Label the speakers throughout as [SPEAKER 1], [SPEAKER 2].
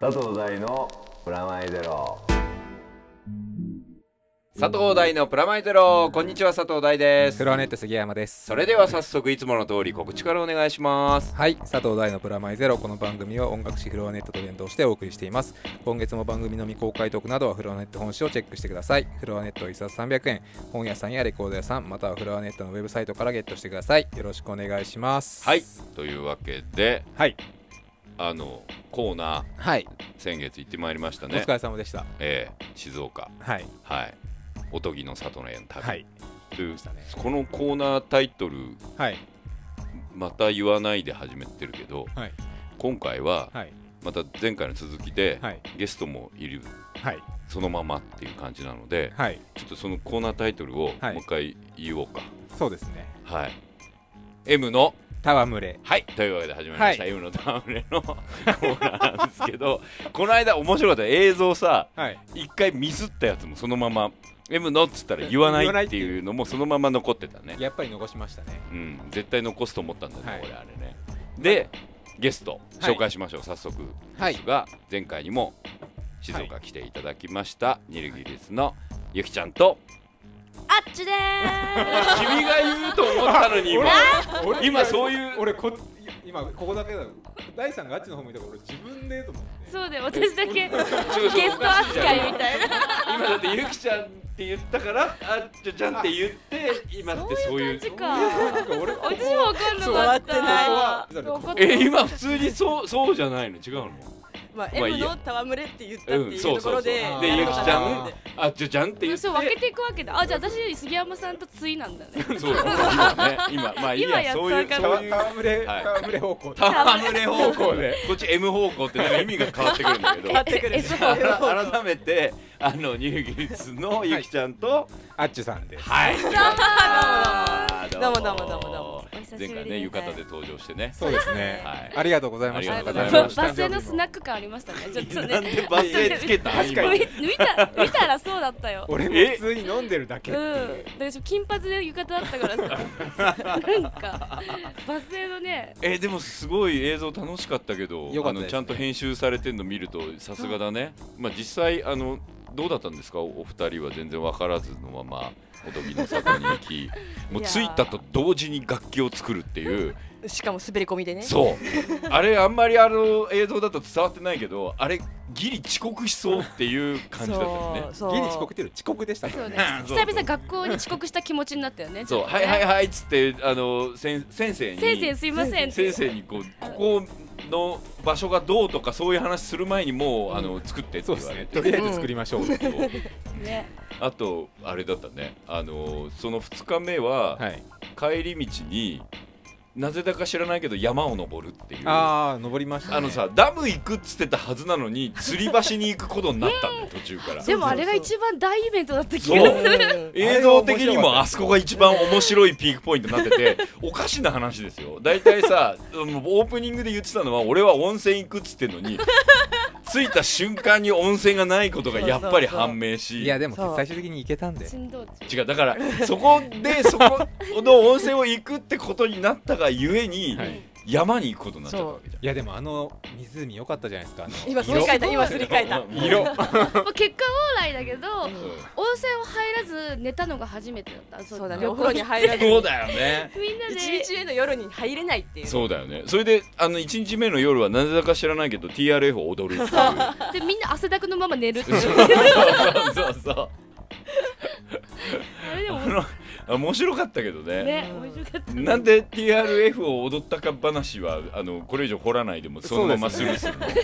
[SPEAKER 1] 佐藤大のプラマイゼロ
[SPEAKER 2] 佐藤大のプラマイゼロこんにちは佐藤大です
[SPEAKER 3] フロアネット杉山です
[SPEAKER 2] それでは早速いつもの通り告知からお願いします
[SPEAKER 3] はい佐藤大のプラマイゼロこの番組は音楽誌フロアネットと連動してお送りしています今月も番組の未公開トークなどはフロアネット本誌をチェックしてくださいフロアネットは一冊300円本屋さんやレコード屋さんまたはフロアネットのウェブサイトからゲットしてくださいよろしくお願いします
[SPEAKER 2] はいというわけで
[SPEAKER 3] はい
[SPEAKER 2] あのコーナー
[SPEAKER 3] はい
[SPEAKER 2] 先月行ってまいりました
[SPEAKER 3] お
[SPEAKER 2] ね
[SPEAKER 3] 疲れ様でした
[SPEAKER 2] ええ静岡
[SPEAKER 3] はい
[SPEAKER 2] はいおとぎの里の園旅、
[SPEAKER 3] はい
[SPEAKER 2] という
[SPEAKER 3] したね
[SPEAKER 2] このコーナータイトル
[SPEAKER 3] はい
[SPEAKER 2] また言わないで始めてるけど
[SPEAKER 3] はい
[SPEAKER 2] 今回は
[SPEAKER 3] はい
[SPEAKER 2] また前回の続きで、
[SPEAKER 3] はい
[SPEAKER 2] ゲストもいる
[SPEAKER 3] はい
[SPEAKER 2] そのままっていう感じなので、
[SPEAKER 3] はい
[SPEAKER 2] ちょっとそのコーナータイトルをもう
[SPEAKER 3] はい
[SPEAKER 2] 一回言おうか
[SPEAKER 3] そうですね
[SPEAKER 2] はい、M の
[SPEAKER 3] 戯れ
[SPEAKER 2] はいというわけで始まりました、
[SPEAKER 3] は
[SPEAKER 2] M のタムレのコーナーなんですけど この間面白かった映像さ
[SPEAKER 3] はい
[SPEAKER 2] 一回ミスったやつもそのまま M のっつったら言わ
[SPEAKER 3] 言わ
[SPEAKER 2] な
[SPEAKER 3] ないい
[SPEAKER 2] っ
[SPEAKER 3] ってていう
[SPEAKER 2] いうのもそのまま残ってたね
[SPEAKER 3] やっぱり残しましたね
[SPEAKER 2] うん絶対残すと思ったんだね、
[SPEAKER 3] はい
[SPEAKER 2] 俺あれねでゲスト
[SPEAKER 3] はい
[SPEAKER 2] 紹介しましょう、早速
[SPEAKER 3] はい
[SPEAKER 2] ですが前回にも静岡来ていただきました、ニルギリスのゆきちゃんと
[SPEAKER 4] あっちでー
[SPEAKER 2] 君が言うと思ったのに今
[SPEAKER 3] 俺
[SPEAKER 2] 今そういう
[SPEAKER 3] 俺こ今ここだけだろ大さんがあっちの方向いたから俺自分でと思って
[SPEAKER 4] す そうだよ私だけゲ
[SPEAKER 2] ちょちょ
[SPEAKER 4] スト扱いみた いな
[SPEAKER 2] 今だってゆきちゃんって言ったからあっちょちゃんって言って今だってそういう
[SPEAKER 4] そういう
[SPEAKER 3] なんか俺
[SPEAKER 4] 私もわかんなかった
[SPEAKER 3] そう終わって
[SPEAKER 4] 怒っ
[SPEAKER 2] え
[SPEAKER 4] た
[SPEAKER 2] 今普通にそうそうじゃないの違うの
[SPEAKER 5] まあ、
[SPEAKER 2] まあいい
[SPEAKER 5] M
[SPEAKER 2] や
[SPEAKER 5] の戯れって言ったって
[SPEAKER 2] う
[SPEAKER 5] い
[SPEAKER 2] ん
[SPEAKER 5] う
[SPEAKER 2] そうそう
[SPEAKER 5] とこ
[SPEAKER 2] そ
[SPEAKER 5] ろ
[SPEAKER 2] うで
[SPEAKER 5] で、
[SPEAKER 3] あー
[SPEAKER 2] ゆきちゃんあっちょちゃんって言って
[SPEAKER 4] そう分けていくわけだあじゃあ私より杉山さんとついなんだね
[SPEAKER 2] そうだ今ね今まあいい
[SPEAKER 4] 今
[SPEAKER 2] や
[SPEAKER 4] やっ
[SPEAKER 2] そ
[SPEAKER 4] と
[SPEAKER 2] ういう
[SPEAKER 4] 分かった
[SPEAKER 2] そういう
[SPEAKER 3] 戯れ
[SPEAKER 2] はい
[SPEAKER 3] 戯れ方向で
[SPEAKER 2] 戯れ方向でこっち M 方向ってなんか意味が変わってくるんだけど
[SPEAKER 5] 変わってくる
[SPEAKER 4] えそう
[SPEAKER 2] 改改めてあのニューギリスのゆきちゃんと
[SPEAKER 3] あっちゅさんで
[SPEAKER 2] はい
[SPEAKER 5] どうもどうもどうもどうもどうも
[SPEAKER 4] お久し
[SPEAKER 2] 前
[SPEAKER 4] ぶり
[SPEAKER 2] 回
[SPEAKER 4] です
[SPEAKER 2] ね浴衣で登場してね
[SPEAKER 3] そうですね
[SPEAKER 2] はい
[SPEAKER 3] ありがとうございまし
[SPEAKER 2] あ
[SPEAKER 3] た
[SPEAKER 2] りがとうございました
[SPEAKER 4] バスへのスナック感ありましたねちょっと
[SPEAKER 2] なん
[SPEAKER 4] ね
[SPEAKER 2] でバスへつけた
[SPEAKER 3] 確か
[SPEAKER 2] 今
[SPEAKER 3] に
[SPEAKER 4] 見見た見たらそうだったよ
[SPEAKER 3] 俺も普通に飲んでるだけ
[SPEAKER 4] うん、
[SPEAKER 3] って
[SPEAKER 4] だ
[SPEAKER 3] いう
[SPEAKER 4] から私金髪で浴衣だったからさなんかバスへのね
[SPEAKER 2] えーでもすごい映像楽しかったけど
[SPEAKER 3] よかった
[SPEAKER 2] あの
[SPEAKER 3] ですね
[SPEAKER 2] ちゃんと編集されてるの見るとさすがだね、まあ、実際あのどうだったんですかおお二人は全然分からずのままおとぎの里に行 きもう着いたと同時に楽器を作るっていう
[SPEAKER 5] しかも滑り込みでね
[SPEAKER 2] そうあれあんまりあの映像だと伝わってないけどあれギリ遅刻しそうっていう感じだったよね
[SPEAKER 5] そうそう
[SPEAKER 3] ギリ遅刻っていうより遅刻でしたか
[SPEAKER 4] そ
[SPEAKER 3] ら
[SPEAKER 4] うね
[SPEAKER 3] ね
[SPEAKER 2] そう
[SPEAKER 4] 久々学校に遅刻した気持ちになったよね
[SPEAKER 2] そうはいはいはいっつってあのせん先生に
[SPEAKER 4] 先生すいませんって
[SPEAKER 2] 先生にこうここの場所がどうとかそういう話する前にもう、あの作ってって
[SPEAKER 3] そ
[SPEAKER 2] 言
[SPEAKER 3] うです
[SPEAKER 2] われ
[SPEAKER 3] ね
[SPEAKER 2] て、
[SPEAKER 3] とりあえず作りましょう
[SPEAKER 2] そう
[SPEAKER 4] ね
[SPEAKER 2] あとあれだったねあのその2日目は、
[SPEAKER 3] はい
[SPEAKER 2] 帰り道になぜだか知らないけど山を登るっていうあ
[SPEAKER 3] ああ登りましたね
[SPEAKER 2] のさダム行くっつってたはずなのに吊り橋に行くことになったんだよ途中から
[SPEAKER 4] でもあれが一番大イベントだった気がする
[SPEAKER 2] 映像的にもあ
[SPEAKER 3] そ
[SPEAKER 2] そこが一番面白いピークポイントになって ておかしな話ですよ大体さうんオープニングで言ってたのは俺は温泉行くっつってんの に着いた瞬間に温泉がないことがやっぱり判明し
[SPEAKER 3] いやでも
[SPEAKER 5] そう
[SPEAKER 3] 最終的に行けたんで
[SPEAKER 4] 振動値
[SPEAKER 2] 違うだからそこでそこの温泉を行くってことになったがゆえに、
[SPEAKER 3] はい
[SPEAKER 2] 山に行くことになっちゃったわけじゃん。
[SPEAKER 3] いやでもあの湖良かったじゃないですかあの
[SPEAKER 5] 今すり替えた今すり替えた
[SPEAKER 2] うん色、うん
[SPEAKER 4] まあ結果往来だけど温泉を入らず寝たのが初めてだった
[SPEAKER 5] そうだ
[SPEAKER 4] 旅
[SPEAKER 5] ね
[SPEAKER 4] 行
[SPEAKER 5] お風呂に入らず
[SPEAKER 2] そうだよね
[SPEAKER 4] みんなで
[SPEAKER 5] 一日目の夜に入れないっていう
[SPEAKER 2] そうだよねそれであの1日目の夜はなぜだか知らないけど TRF を踊るっていう
[SPEAKER 4] でみんな汗だくのまま寝るって
[SPEAKER 2] そう
[SPEAKER 4] い う
[SPEAKER 2] そうそう
[SPEAKER 4] あれでも
[SPEAKER 2] あの 面白かったけどね
[SPEAKER 4] ね面白かっ
[SPEAKER 2] なんで TRF を踊ったか話はあのこれ以上掘らないでもそのままスルーするの
[SPEAKER 4] た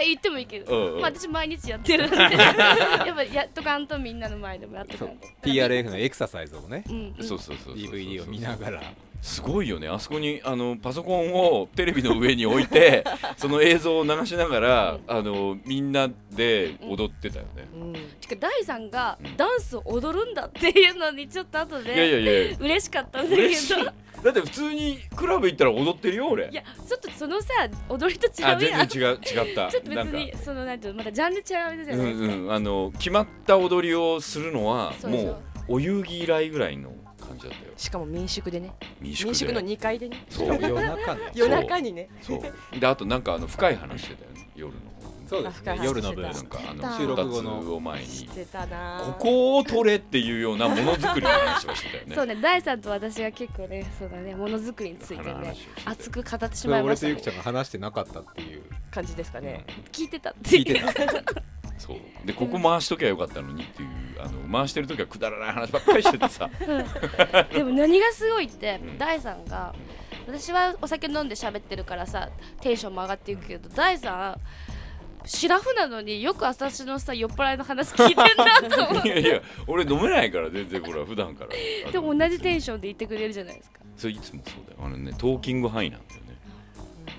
[SPEAKER 4] 言ってもいいけど、
[SPEAKER 2] うんうん
[SPEAKER 4] まあ、私毎日やっ てるんでやっぱやっとかんとみんなの前でもやっとかんと
[SPEAKER 3] TRF のエクササイズをね
[SPEAKER 4] うんうん
[SPEAKER 2] そうそうそうそう
[SPEAKER 3] DVD を見ながら
[SPEAKER 2] すごいよねあそこにあのパソコンをテレビの上に置い てその映像を流しながらあのみんなで踊ってたよね、
[SPEAKER 5] うん
[SPEAKER 4] てか大さんが
[SPEAKER 2] うん
[SPEAKER 4] ダンスを踊るんだっていうのにちょっと後で
[SPEAKER 2] いやいやいや
[SPEAKER 4] 嬉しかったんだけど
[SPEAKER 2] 嬉 しいだって普通にクラブ行ったら踊ってるよ俺
[SPEAKER 4] いやちょっとそのさ踊りと違
[SPEAKER 2] あ
[SPEAKER 4] うや
[SPEAKER 2] 全
[SPEAKER 4] んち
[SPEAKER 2] 然違う違った
[SPEAKER 4] ょっと
[SPEAKER 2] なん
[SPEAKER 4] 別
[SPEAKER 2] か
[SPEAKER 4] にそのなんていうのまたジャンル違うじゃないです
[SPEAKER 2] う
[SPEAKER 4] か、
[SPEAKER 2] んうんあの決まった踊りをするのは
[SPEAKER 4] そうそう
[SPEAKER 2] もうお遊戯以来ぐらいの感じだったよ
[SPEAKER 5] しかも民宿でね
[SPEAKER 2] 民宿で
[SPEAKER 5] 民宿の2階でね
[SPEAKER 2] そう
[SPEAKER 3] 夜中の
[SPEAKER 5] 夜中にね
[SPEAKER 2] そうであとなんかあの深い話してたよね夜の
[SPEAKER 3] そうですね
[SPEAKER 5] 深
[SPEAKER 3] 夜の部
[SPEAKER 5] して
[SPEAKER 2] なんかあ
[SPEAKER 4] 知
[SPEAKER 2] の
[SPEAKER 4] ってた
[SPEAKER 2] こたつを前
[SPEAKER 5] た知
[SPEAKER 2] に
[SPEAKER 5] ってたな
[SPEAKER 2] ここを取れっていうようなものづくりの話をしてたよね。
[SPEAKER 4] そうね、ダイさんと私が結構ね、そうだね、ものづくりについて
[SPEAKER 2] 花の
[SPEAKER 4] ね
[SPEAKER 2] 話をしてて、
[SPEAKER 4] 熱く語ってし
[SPEAKER 3] そ
[SPEAKER 4] ま
[SPEAKER 3] れ
[SPEAKER 4] いま
[SPEAKER 3] 俺
[SPEAKER 4] し
[SPEAKER 3] と
[SPEAKER 4] た、
[SPEAKER 3] ゆきち
[SPEAKER 4] ね。
[SPEAKER 3] ゃんが話してなかったっていう
[SPEAKER 5] 感じですかね
[SPEAKER 4] 聞いてたって
[SPEAKER 3] 聞い
[SPEAKER 4] い
[SPEAKER 3] て
[SPEAKER 4] う。
[SPEAKER 3] た
[SPEAKER 2] そうでここ回しときゃよかったのにっていうあの回してる時はくだらない話ばっかりしてて さ
[SPEAKER 4] でも何がすごいって
[SPEAKER 2] うん、
[SPEAKER 4] ダイさんが、私はお酒飲んで喋ってるからさ、テンションも上がっていくけど、ダイさん、シラフなのによく私のさ、酔っ払いの話聞いてんな と思っ
[SPEAKER 2] いや
[SPEAKER 4] て。
[SPEAKER 2] いや俺飲めないから全然これは普段からあの
[SPEAKER 4] でも同じテンションで言ってくれるじゃないですか。
[SPEAKER 2] それいつもそうだよあのねトーキングハイなんだよね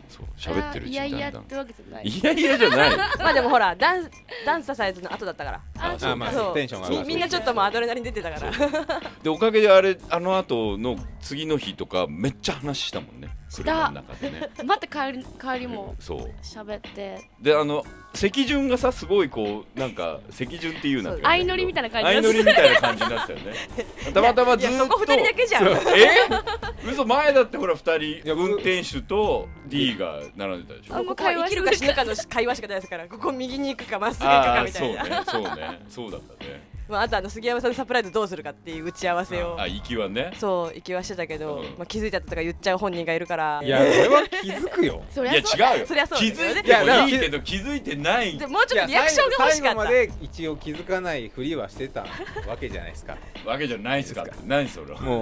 [SPEAKER 2] そう喋ってるうち
[SPEAKER 4] あーい
[SPEAKER 2] に
[SPEAKER 4] や
[SPEAKER 2] だ
[SPEAKER 4] い
[SPEAKER 2] んだん
[SPEAKER 4] やってわけじゃない。
[SPEAKER 2] いやいやじゃない
[SPEAKER 5] まあでもほらダンスダンササイズの後だったから
[SPEAKER 2] あそう
[SPEAKER 3] あまあ
[SPEAKER 5] そう
[SPEAKER 3] テンションが上が
[SPEAKER 5] みみんなちょっともうアドレナリン出てたから
[SPEAKER 2] でおかげであれあの後の次の日とかめっちゃ話したもんね
[SPEAKER 4] した
[SPEAKER 2] 車の中で ね
[SPEAKER 4] 待って帰り帰りも
[SPEAKER 2] そう
[SPEAKER 4] 喋って
[SPEAKER 2] であの席順がさすごいこうなんか席順っていうなんて
[SPEAKER 4] 相乗りみたいな感じ
[SPEAKER 2] 相乗りみたいな感じになってた よねたまたまずーっ
[SPEAKER 5] い
[SPEAKER 2] と
[SPEAKER 5] やそこ二人だけじゃん
[SPEAKER 2] そうえ嘘前だってほら二
[SPEAKER 3] いや
[SPEAKER 2] 人運転手と D が並んでたでしょ
[SPEAKER 4] あ
[SPEAKER 5] こ
[SPEAKER 4] もう
[SPEAKER 5] こは
[SPEAKER 4] 会
[SPEAKER 5] 生
[SPEAKER 4] 話
[SPEAKER 5] きるか死ぬかの会話しかないですからここ右に行くかまっすぐ行く
[SPEAKER 2] あ
[SPEAKER 5] か
[SPEAKER 2] あ
[SPEAKER 5] みたいな
[SPEAKER 2] ーそうねそうねそうだったね
[SPEAKER 5] まあ、あとあの杉山さんのサプライズどうするかっていう打ち合わせを
[SPEAKER 2] あ行きはね
[SPEAKER 5] そう行きはしてたけ
[SPEAKER 2] う
[SPEAKER 5] ど、
[SPEAKER 2] ん
[SPEAKER 5] まあ、気づいちゃったとか言っちゃう本人がいるから
[SPEAKER 3] いや俺は気づくよ
[SPEAKER 4] そ
[SPEAKER 2] い
[SPEAKER 4] りゃ
[SPEAKER 2] や違
[SPEAKER 4] そう
[SPEAKER 2] うよ
[SPEAKER 5] そりゃそう
[SPEAKER 2] 気
[SPEAKER 5] ですよ
[SPEAKER 2] づ
[SPEAKER 5] ね
[SPEAKER 2] いてもいいけど気づいてない
[SPEAKER 5] でもうちょっ
[SPEAKER 3] い
[SPEAKER 5] とリ
[SPEAKER 3] や
[SPEAKER 5] アクションが欲
[SPEAKER 3] 最
[SPEAKER 5] しか
[SPEAKER 3] 後
[SPEAKER 5] っ
[SPEAKER 3] ま
[SPEAKER 5] た
[SPEAKER 3] で一応気づかないふりはしてたわけじゃないですか
[SPEAKER 2] わけじゃないですかって何それ
[SPEAKER 3] もうもう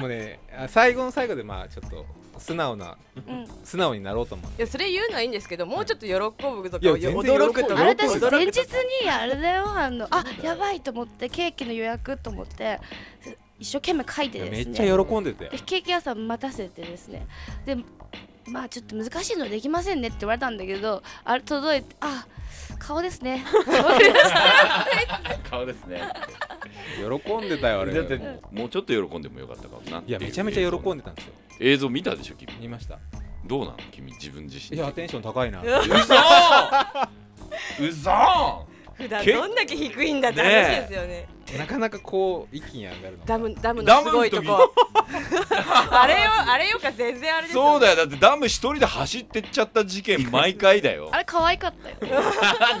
[SPEAKER 3] もうねあ最後の最後でまあちょっと素直な
[SPEAKER 4] うん
[SPEAKER 3] 素直になろうと思う
[SPEAKER 5] いやそれ言うのはいいんですけどもうちょっと喜ぶとか
[SPEAKER 3] いや全然喜ぶ
[SPEAKER 5] 驚くと
[SPEAKER 4] あ
[SPEAKER 5] か
[SPEAKER 4] れ
[SPEAKER 3] 喜ぶ
[SPEAKER 4] 私
[SPEAKER 5] 驚
[SPEAKER 4] 前
[SPEAKER 5] く
[SPEAKER 4] 日にあれだよあのあやばいと思ってケーキの予約と思って一生懸命書いて
[SPEAKER 3] いや
[SPEAKER 4] です
[SPEAKER 3] め
[SPEAKER 4] ね
[SPEAKER 3] っちゃ喜んでたよ
[SPEAKER 4] でケーキ屋さん待たせてですねでまあちょっと難しいのできませんねって言われたんだけどあれ届いてあ顔です ね
[SPEAKER 2] 顔ですね
[SPEAKER 3] 喜んでたよ あれ
[SPEAKER 2] だってもうちょっと喜んでもよかったかもなって
[SPEAKER 3] いやめちゃめちゃ喜ん
[SPEAKER 2] で
[SPEAKER 3] でたんですよ
[SPEAKER 2] 映像見たでしょ君
[SPEAKER 3] 見ました
[SPEAKER 2] どうなの君自分自身
[SPEAKER 3] いやテンション高いな
[SPEAKER 5] うわ
[SPEAKER 2] うそうそ
[SPEAKER 5] 普段どんだけ低いんだって話ですよね
[SPEAKER 3] なかなかこう一気に上がるの
[SPEAKER 5] ダムダムのすごいとこあれよあれよか全然あれです
[SPEAKER 2] そう
[SPEAKER 5] よ
[SPEAKER 2] だよだってダム一人で走ってっちゃった事 件毎回だよ
[SPEAKER 4] あれ可愛かったよ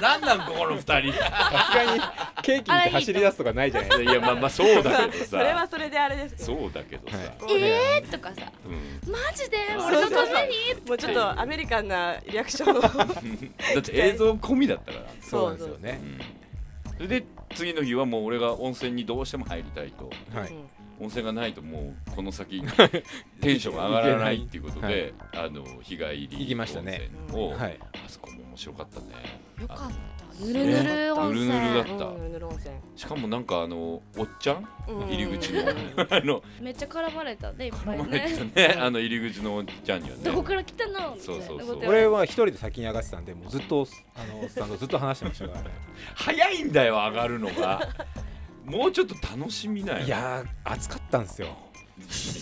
[SPEAKER 2] なんなんここの二 人い
[SPEAKER 3] さすがにケーキ見て走り出すとかないじゃないです
[SPEAKER 2] やいやまあまあそうだけど
[SPEAKER 5] それは
[SPEAKER 2] さ
[SPEAKER 5] それであれですけど
[SPEAKER 2] そうだけどさ、
[SPEAKER 3] はい
[SPEAKER 5] こう
[SPEAKER 4] えーとかさ
[SPEAKER 2] うん、
[SPEAKER 4] マジで俺のために
[SPEAKER 5] もうちょっとアメリカンなリアクションを
[SPEAKER 2] だって映像込みだったから、
[SPEAKER 3] か
[SPEAKER 5] そう、
[SPEAKER 3] そうなんですよね
[SPEAKER 2] うん、それで次の日はもう俺が温泉にどうしても入りたいと
[SPEAKER 3] はいう
[SPEAKER 5] ん
[SPEAKER 2] 温泉がないともうこの 先テンションが上がらないっていうことで、あの日帰り
[SPEAKER 3] 行きましたね
[SPEAKER 2] 温泉を、
[SPEAKER 3] はい、
[SPEAKER 2] あそこも面白かったね
[SPEAKER 4] よかったぬ
[SPEAKER 2] ね
[SPEAKER 4] るぬる温泉
[SPEAKER 2] ぬるぬるだった
[SPEAKER 5] うんぬる温泉
[SPEAKER 2] しかもなんかあのおっちゃん
[SPEAKER 5] うん
[SPEAKER 2] 入り口の
[SPEAKER 5] うん
[SPEAKER 2] あの
[SPEAKER 4] めっちゃ絡まれたねいっぱ
[SPEAKER 2] 飲
[SPEAKER 4] い
[SPEAKER 2] まれ
[SPEAKER 4] ね
[SPEAKER 2] てたね あの入り口のおっちゃんにはね
[SPEAKER 4] どこから来たのみた
[SPEAKER 2] そ
[SPEAKER 4] いうな
[SPEAKER 2] そうそう
[SPEAKER 4] こと言われ
[SPEAKER 3] 俺は一人で先に上がってたんでもうずっとあのおっさんとずっと話してましたから
[SPEAKER 2] 早いんだよ上がるのが もうちょっと楽しみなよ
[SPEAKER 3] いやー暑かったんですよ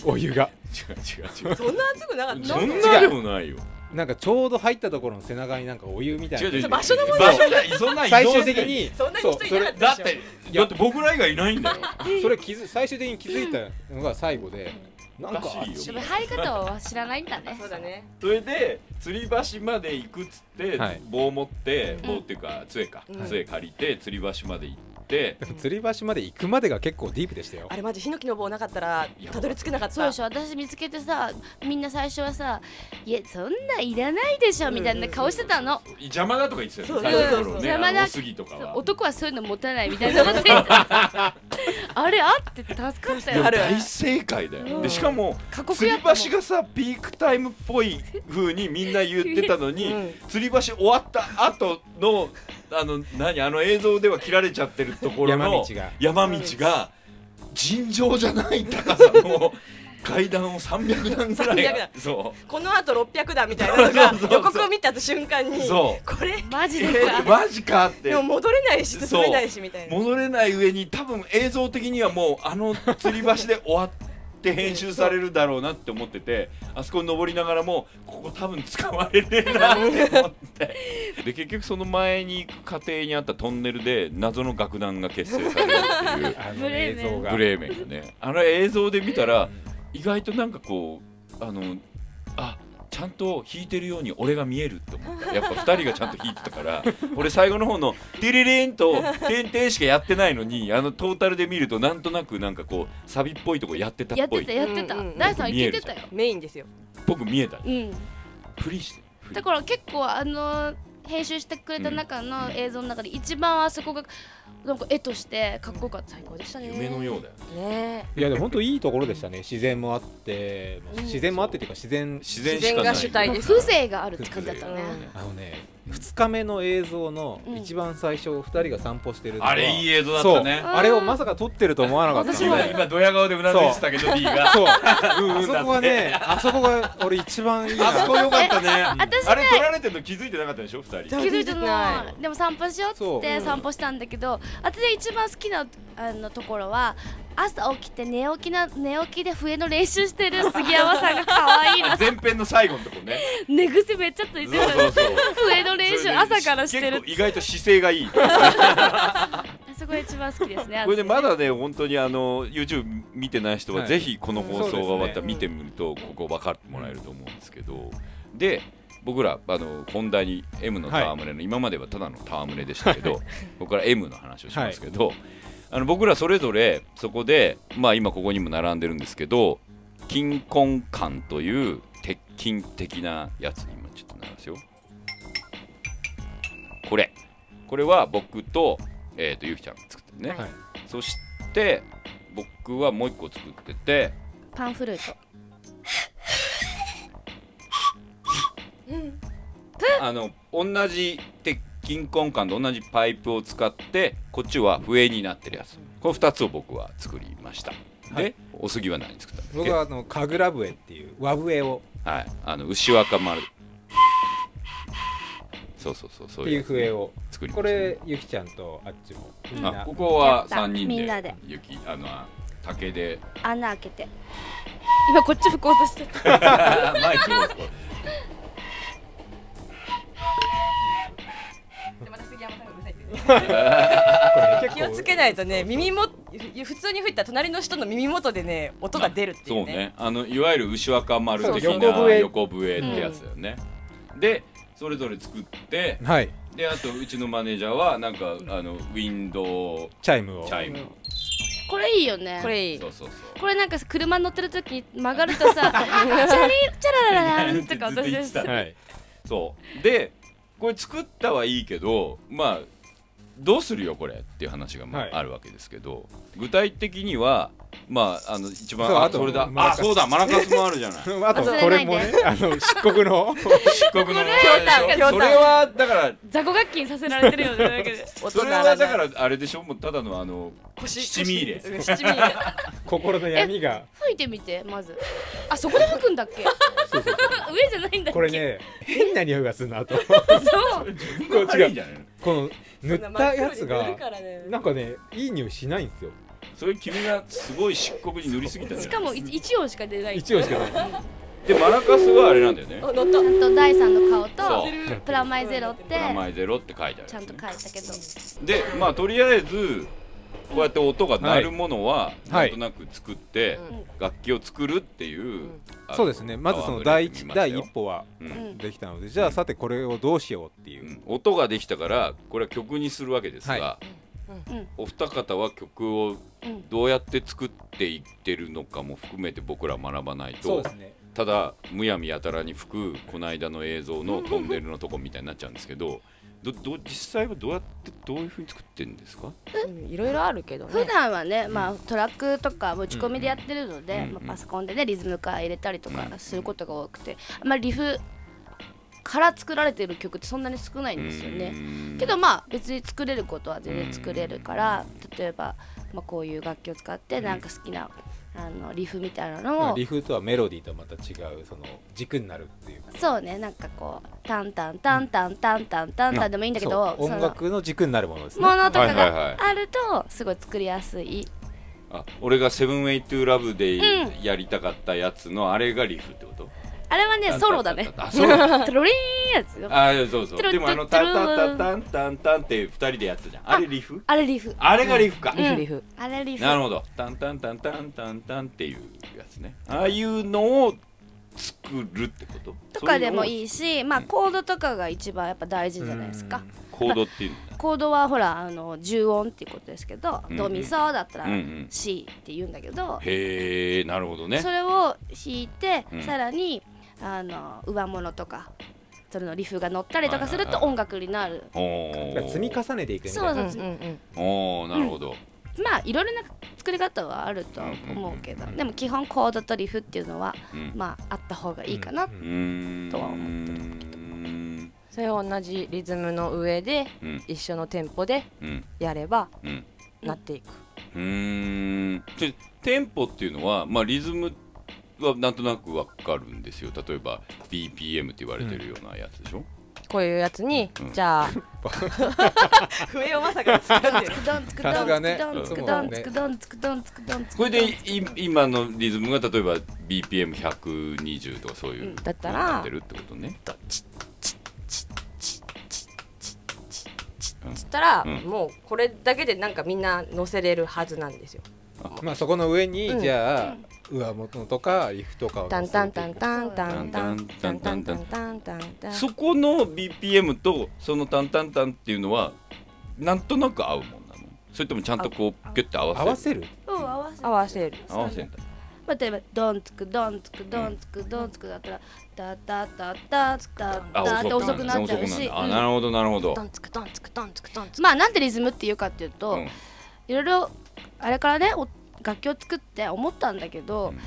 [SPEAKER 3] お湯が
[SPEAKER 2] 違う違う違う
[SPEAKER 5] そんな熱くなかった
[SPEAKER 2] そんなでもないよ
[SPEAKER 3] なんかちょうど入ったところの背中になんかお湯みたい
[SPEAKER 2] 違う
[SPEAKER 3] な
[SPEAKER 2] 違う違う
[SPEAKER 5] 場所の問
[SPEAKER 2] 場所じゃないそんな移動
[SPEAKER 3] 最終的に
[SPEAKER 5] そんなに人いな かったでしょ
[SPEAKER 2] だってだって僕ら以外いないんだよ
[SPEAKER 3] それそれ気づ最終的に気づいたのが最後でなんから
[SPEAKER 2] しいよ
[SPEAKER 4] ちょっと入り方は知らないんだね
[SPEAKER 5] そうだね
[SPEAKER 2] それで吊り橋まで行くっつって、
[SPEAKER 3] はい
[SPEAKER 2] 棒持って
[SPEAKER 5] うん
[SPEAKER 2] 棒っていうか杖か、
[SPEAKER 5] うん
[SPEAKER 2] 杖借りて吊り橋まで行って
[SPEAKER 3] でも吊り橋まで行くまでが結構ディープでしたよ
[SPEAKER 5] あれマジヒノキの棒なかったらたどり着けなかった
[SPEAKER 4] そうでしょ私見つけてさみんな最初はさ「いやそんないらないでしょ」みたいな顔してたの、
[SPEAKER 2] 邪魔だとか言ってたよね
[SPEAKER 5] そうそうそ
[SPEAKER 2] 最
[SPEAKER 5] う
[SPEAKER 2] 初の頃ね
[SPEAKER 4] 邪魔だ
[SPEAKER 2] あの杉とか
[SPEAKER 4] そう
[SPEAKER 2] は
[SPEAKER 4] 男はそういうの持たないみたいなこと言ってた あれあって助かった
[SPEAKER 2] でも
[SPEAKER 4] よ
[SPEAKER 5] ある
[SPEAKER 2] 大正解だよ、
[SPEAKER 5] うん
[SPEAKER 2] でしかも
[SPEAKER 4] 過酷
[SPEAKER 2] 吊
[SPEAKER 4] やったもん
[SPEAKER 2] り橋がさピークタイムっぽい風にみんな言ってたのに、
[SPEAKER 5] うん
[SPEAKER 2] 吊り橋終わった後のあの何あの映像では切られちゃってるところの
[SPEAKER 3] 山道が
[SPEAKER 2] 山道が尋常じゃない高さの階段を300段ぐらいがそ
[SPEAKER 5] このあと600だみたいなのが
[SPEAKER 2] そうそうそう
[SPEAKER 5] 予告を見た瞬間に
[SPEAKER 2] うそう
[SPEAKER 5] これ
[SPEAKER 4] マジで
[SPEAKER 2] えマジかって
[SPEAKER 5] でも戻れないし
[SPEAKER 2] そう
[SPEAKER 5] 進めないしみたいな
[SPEAKER 2] 戻れない上に多分映像的にはもうあの吊り橋で終わって編集されるだろうなって思っててあそこに登りながらもここ多分使われねえなって思ってで結局その前に行く過程にあったトンネルで謎の楽団が結成されるっていう
[SPEAKER 3] あの
[SPEAKER 4] ブレ
[SPEAKER 3] 映
[SPEAKER 4] ーメン
[SPEAKER 3] 像が
[SPEAKER 2] ブレーメンがねあの映像で見たら意外となんかこうあのあちゃんと弾いてるように俺が見えるって思ったやっぱ2人がちゃんと弾いてたから 俺最後の方の「テレレン」と「テンテン」しかやってないのにあのトータルで見るとなんとなくなんかこうサビっぽいとこやってた
[SPEAKER 4] や
[SPEAKER 2] っ
[SPEAKER 4] っ
[SPEAKER 2] ぽ
[SPEAKER 4] てた
[SPEAKER 2] い
[SPEAKER 4] やってた
[SPEAKER 5] うんうんうん
[SPEAKER 4] ダイさんいけてたよ
[SPEAKER 5] メインですよ
[SPEAKER 2] 僕見えた
[SPEAKER 4] うん
[SPEAKER 2] フリしてる
[SPEAKER 4] だから結構あの編集してくれた中の映像の中で一番あそこがなんか絵としてかっこよかった最高でしたね
[SPEAKER 2] 夢のようだよ
[SPEAKER 5] ね
[SPEAKER 3] いやでも本当いいところでしたね自然もあって、まあ自然もあってっていうか自然
[SPEAKER 2] 自然しか
[SPEAKER 5] 自然が
[SPEAKER 2] な
[SPEAKER 5] 主
[SPEAKER 2] い
[SPEAKER 5] 体
[SPEAKER 4] もう
[SPEAKER 5] です
[SPEAKER 4] 風情があるって感じだったね
[SPEAKER 3] あのね2日目の映像の
[SPEAKER 4] うん
[SPEAKER 3] 一番最初2人が散歩してるのは
[SPEAKER 2] あれいい映像だっ
[SPEAKER 3] そ
[SPEAKER 2] た
[SPEAKER 3] う
[SPEAKER 2] ね
[SPEAKER 3] あれをまさか撮ってると思わなかった
[SPEAKER 4] 私も
[SPEAKER 2] 今今ドヤ顔でうなずいてたけど D が
[SPEAKER 3] そう
[SPEAKER 2] うん
[SPEAKER 3] あそこがねあそこが俺一番いい
[SPEAKER 2] あ
[SPEAKER 3] な
[SPEAKER 2] そこよかったね
[SPEAKER 4] 私
[SPEAKER 2] あれ撮られてるの気づいてなかったでしょ2人
[SPEAKER 5] だ
[SPEAKER 4] 気づいてな
[SPEAKER 5] 気づいてない
[SPEAKER 4] でも散歩しようっつっ
[SPEAKER 3] そう
[SPEAKER 5] う
[SPEAKER 4] て
[SPEAKER 5] ん
[SPEAKER 4] 散歩したんだけど私が一番好きなあのところは朝起きて寝起きな寝起きで笛の練習してる杉山さんが可愛いな
[SPEAKER 2] 前編の最後のとこね
[SPEAKER 4] 寝癖めっちゃついてる
[SPEAKER 2] そうそうそう
[SPEAKER 4] 笛の練
[SPEAKER 2] そ
[SPEAKER 4] 習
[SPEAKER 2] れで
[SPEAKER 4] 朝からして
[SPEAKER 2] 結
[SPEAKER 4] る
[SPEAKER 2] 構意外と姿勢がいい
[SPEAKER 4] あそこが一番好きですね
[SPEAKER 2] これでまだね本当にあの YouTube 見てない人は
[SPEAKER 3] はい
[SPEAKER 2] ぜひこの放送が終わったら
[SPEAKER 3] う
[SPEAKER 5] ん
[SPEAKER 2] 見てみるとここ分かってもらえると思うんですけどで僕らあの本題に M の戯れの今まではただの戯れでしたけど ここから M の話をしますけどあの僕らそれぞれそこでまあ今ここにも並んでるんですけど金婚感という鉄筋的なやつ今ちょっと鳴らすよこれこれは僕と,、えー、とゆきちゃんが作ってるね、
[SPEAKER 3] はい
[SPEAKER 2] そして僕はもう一個作ってて
[SPEAKER 4] パンフルート
[SPEAKER 2] あの同じ鉄筋コンカンと同じパイプを使ってこっちは笛になってるやつこの2つを僕は作りました、
[SPEAKER 3] は
[SPEAKER 2] でお杉は何作ったんです
[SPEAKER 3] 僕はあの神楽笛っていう和笛を
[SPEAKER 2] はいあの牛若丸そうそうそうそ
[SPEAKER 3] っ
[SPEAKER 2] う
[SPEAKER 3] てい
[SPEAKER 2] いうう
[SPEAKER 3] 笛を
[SPEAKER 2] 作りま
[SPEAKER 3] こ
[SPEAKER 2] した
[SPEAKER 3] れゆきちゃんとあっちもみん
[SPEAKER 2] あ
[SPEAKER 3] な
[SPEAKER 2] ここは
[SPEAKER 4] やった
[SPEAKER 2] 3人で
[SPEAKER 4] みんなで
[SPEAKER 2] 雪あのあ竹で
[SPEAKER 4] 穴開けて今こっち吹こうとしてた
[SPEAKER 2] マイクをこう
[SPEAKER 5] また杉山さんがうるさいって言う
[SPEAKER 3] これね結構
[SPEAKER 5] 気をつけないとね耳も普通に吹いたら隣の人の耳元でね音が出るってい
[SPEAKER 2] そうう
[SPEAKER 5] ね
[SPEAKER 2] ねあのいわゆる牛若丸的
[SPEAKER 3] そう横
[SPEAKER 2] な
[SPEAKER 3] 笛
[SPEAKER 2] 横笛ってやつだよね、でそれぞれ作って
[SPEAKER 3] はい
[SPEAKER 2] であとうちのマネージャーはなんかあのウィンドウ
[SPEAKER 3] チャイムを
[SPEAKER 2] チャイム
[SPEAKER 4] これいいよね
[SPEAKER 5] これいい
[SPEAKER 2] そうそう
[SPEAKER 4] これなんか車乗ってる時に曲がる とさチャリチャラララ ランとか私です
[SPEAKER 2] ずっと言って
[SPEAKER 3] はい
[SPEAKER 2] そうでこれ作ったはいいけどまあどうするよこれっていう話がまあ
[SPEAKER 3] はい
[SPEAKER 2] あるわけですけど、具体的にはまああの一番
[SPEAKER 3] そう
[SPEAKER 2] あ
[SPEAKER 3] あと
[SPEAKER 2] それだ
[SPEAKER 3] マラ
[SPEAKER 2] あ
[SPEAKER 3] カス
[SPEAKER 2] そうだマラカスもあるじゃない
[SPEAKER 3] あとこれもねあの漆黒の
[SPEAKER 2] 漆 黒のマラカスでしょ
[SPEAKER 5] ひょうたんひょうたん
[SPEAKER 2] それはだから
[SPEAKER 4] 雑魚楽器にさせられてるよね だけで
[SPEAKER 5] 音
[SPEAKER 2] それ
[SPEAKER 5] 鳴ら
[SPEAKER 2] は
[SPEAKER 5] な
[SPEAKER 2] だ
[SPEAKER 5] い
[SPEAKER 2] からあれでしょもうただのあの
[SPEAKER 5] 腰
[SPEAKER 2] 七味入れ
[SPEAKER 5] うん七味入れ
[SPEAKER 3] 心の闇が
[SPEAKER 4] 吹いてみてまずあそこで吹くんだっけ
[SPEAKER 3] そうそう
[SPEAKER 4] 上じゃないんだっけ
[SPEAKER 3] これね変な匂いがするなと
[SPEAKER 4] そう
[SPEAKER 2] こっちがいいんじゃないの
[SPEAKER 3] この 塗ったやつが
[SPEAKER 5] 真っ黒に塗るからね
[SPEAKER 3] なんかねいい匂いしないんですよ
[SPEAKER 2] それ君がすごい漆黒に塗りすぎたじ
[SPEAKER 4] し
[SPEAKER 2] ゃ
[SPEAKER 4] か
[SPEAKER 2] ん
[SPEAKER 4] もい一音しか出ない
[SPEAKER 3] 一応しかない
[SPEAKER 2] でマラカスはあれなんだよね
[SPEAKER 5] あ乗った
[SPEAKER 4] ちゃんと第三の顔
[SPEAKER 2] そ
[SPEAKER 4] と
[SPEAKER 2] う
[SPEAKER 4] プラマイゼロっ
[SPEAKER 2] プラ
[SPEAKER 4] て
[SPEAKER 2] マイゼロって書いてあるやつ
[SPEAKER 4] ちゃんと書いたけど
[SPEAKER 2] でまあとりあえずこうやって音が鳴るものはな
[SPEAKER 3] は
[SPEAKER 2] ん
[SPEAKER 3] い
[SPEAKER 2] となく作って
[SPEAKER 5] うん
[SPEAKER 2] 楽器を作るっていうあの
[SPEAKER 3] そうですねまずその第一
[SPEAKER 2] 戯れ
[SPEAKER 3] 第
[SPEAKER 2] てみま
[SPEAKER 3] 一
[SPEAKER 2] したよ
[SPEAKER 3] 歩は
[SPEAKER 2] うん
[SPEAKER 4] うん
[SPEAKER 3] できたのでじゃあさてこれをどうしようっていううん
[SPEAKER 2] 音ができたからこれは曲にするわけですが、
[SPEAKER 3] は
[SPEAKER 4] うんうん
[SPEAKER 2] お二方は曲を
[SPEAKER 4] うん
[SPEAKER 2] どうやって作っていってるのかも含めて僕ら学ばない
[SPEAKER 3] そう
[SPEAKER 2] と
[SPEAKER 3] ですね
[SPEAKER 2] ただむやみやたらに吹くこの間の映像のトンネルのとこみたいになっちゃうんですけどどど実際はどうやってどういうふうに作ってるんですか
[SPEAKER 5] うんいろいろあるけどね
[SPEAKER 4] 普段はね、まあ、トラックとか打ち込みでやってるので、
[SPEAKER 2] うんうん
[SPEAKER 4] まあ、パソコンでねリズム化入れたりとかすることが多くて、あんまりリフから作られてる曲ってそんなに少ないんですよね。
[SPEAKER 2] ね
[SPEAKER 4] けどまあ別に作れることは全然作れるから例えば、まあ、こういう楽器を使ってなんか好きなあのリフみたいなのを
[SPEAKER 3] リフとはメロディーとはまた違うその軸になるっていう
[SPEAKER 4] そうねなんかこうタンタンタンタンタンタンタンタンでもいいんだけど
[SPEAKER 3] そう
[SPEAKER 4] そ
[SPEAKER 3] 音
[SPEAKER 4] の
[SPEAKER 3] 楽の軸になるものですね
[SPEAKER 4] ものとか
[SPEAKER 2] はいはいはい
[SPEAKER 4] があるとすごい作りやすい。
[SPEAKER 2] あ俺が「セブンウェイトゥーラブで
[SPEAKER 4] う
[SPEAKER 2] やりたかったやつのあれがリフってこと
[SPEAKER 4] あれはねソロだね。
[SPEAKER 2] あソロ
[SPEAKER 4] トロリーンやつ よ。
[SPEAKER 2] あそうそう
[SPEAKER 4] トゥル
[SPEAKER 2] でもあの「
[SPEAKER 4] トゥ
[SPEAKER 2] タ
[SPEAKER 4] ル
[SPEAKER 2] ンタンタンタンタンタン」って2人でやってたじゃんあれリフ
[SPEAKER 4] あれリフ。
[SPEAKER 2] あれがリフか、
[SPEAKER 5] リフリフ
[SPEAKER 4] あれリフ。
[SPEAKER 2] なるほど「タンタンタンタンタンタン」っていうやつねああいうのを作作るってこと
[SPEAKER 4] とかでも
[SPEAKER 2] い
[SPEAKER 4] いいし、まあコードとかが一番やっぱ大事じゃないですか。
[SPEAKER 2] コードっていう
[SPEAKER 4] コードはほらあの重音っていうことですけど、
[SPEAKER 2] うんうん
[SPEAKER 4] ドミソだったら
[SPEAKER 2] うんうん
[SPEAKER 4] C って言うんだけど、
[SPEAKER 2] へえなるほどね
[SPEAKER 4] それを弾いて、
[SPEAKER 2] うん
[SPEAKER 4] さらにあの上物とかそれのリフが乗ったりとかする
[SPEAKER 2] はい
[SPEAKER 4] と
[SPEAKER 2] はいはい
[SPEAKER 4] 音楽になる。
[SPEAKER 2] お
[SPEAKER 3] なん
[SPEAKER 2] ー
[SPEAKER 3] か積み重ねていくみたい
[SPEAKER 4] そう
[SPEAKER 3] な
[SPEAKER 4] そう
[SPEAKER 5] うんうん
[SPEAKER 2] おーなるほど、
[SPEAKER 4] まあいろいろな作り方はあるとは思うけ
[SPEAKER 2] うん
[SPEAKER 4] ど、
[SPEAKER 2] うんうん
[SPEAKER 4] でも基本コードとリフっていうのは
[SPEAKER 2] うん
[SPEAKER 4] まああった方がいいかな。
[SPEAKER 3] うん
[SPEAKER 2] うーん
[SPEAKER 4] とは思
[SPEAKER 2] うん
[SPEAKER 5] それを同じリズムの上で
[SPEAKER 2] うん
[SPEAKER 5] 一緒のテンポで
[SPEAKER 2] うん
[SPEAKER 5] やれば
[SPEAKER 2] うん
[SPEAKER 5] なっていく。
[SPEAKER 2] うーんでテンポっていうのは、まあ、リズムはなんとなくわかるんですよ例えば BPM って言われてるようなやつでしょ、
[SPEAKER 5] こういうやつに、
[SPEAKER 2] うん
[SPEAKER 5] じゃあ笛をまさか使ってる
[SPEAKER 4] つくどんつく
[SPEAKER 3] さす
[SPEAKER 4] ど
[SPEAKER 3] が
[SPEAKER 4] んつ
[SPEAKER 3] ね
[SPEAKER 4] くどんつくどんつくどんつくどんつくどんつくどん
[SPEAKER 2] これでい今のリズムが例えば BPM120 とかそういう、
[SPEAKER 4] うん
[SPEAKER 5] だった
[SPEAKER 2] なっ
[SPEAKER 5] ら
[SPEAKER 2] てるってことね
[SPEAKER 5] つったら、
[SPEAKER 2] うん
[SPEAKER 5] もうこれだけでなんかみんな乗せれるはずなんですよ。
[SPEAKER 3] まあそこの上に、
[SPEAKER 5] うん
[SPEAKER 3] じゃあ上元とかリフとかを
[SPEAKER 5] タ
[SPEAKER 3] 乗
[SPEAKER 5] ン
[SPEAKER 3] せて
[SPEAKER 5] タ
[SPEAKER 3] い
[SPEAKER 5] ン
[SPEAKER 3] く
[SPEAKER 5] タンタンタンタンタンタンタンタンタンタン。
[SPEAKER 2] そこの BPM とそのタンタンタンっていうのはなんとなく合うもんなのそれともちゃんとこうギュッて合わせる
[SPEAKER 3] 合わせる
[SPEAKER 4] うん合わせる
[SPEAKER 5] 合わせる。
[SPEAKER 2] 合わせるんだ
[SPEAKER 4] まあ例えばドンつくドンつくドンつくドンつくだったらタタタタタ
[SPEAKER 2] あ
[SPEAKER 4] タって遅くなっち
[SPEAKER 2] 遅
[SPEAKER 4] ゃう
[SPEAKER 2] くな
[SPEAKER 4] し
[SPEAKER 2] る
[SPEAKER 4] う
[SPEAKER 2] あなる
[SPEAKER 4] ん
[SPEAKER 2] ほどなるほど
[SPEAKER 5] トンツクトンツクトンツクトンツク。
[SPEAKER 4] まあなんでリズムっていうかっていう
[SPEAKER 2] う
[SPEAKER 4] と
[SPEAKER 2] ん
[SPEAKER 4] いろいろあれからねお楽器を作って思ったんだけ
[SPEAKER 2] う
[SPEAKER 4] ど
[SPEAKER 2] ん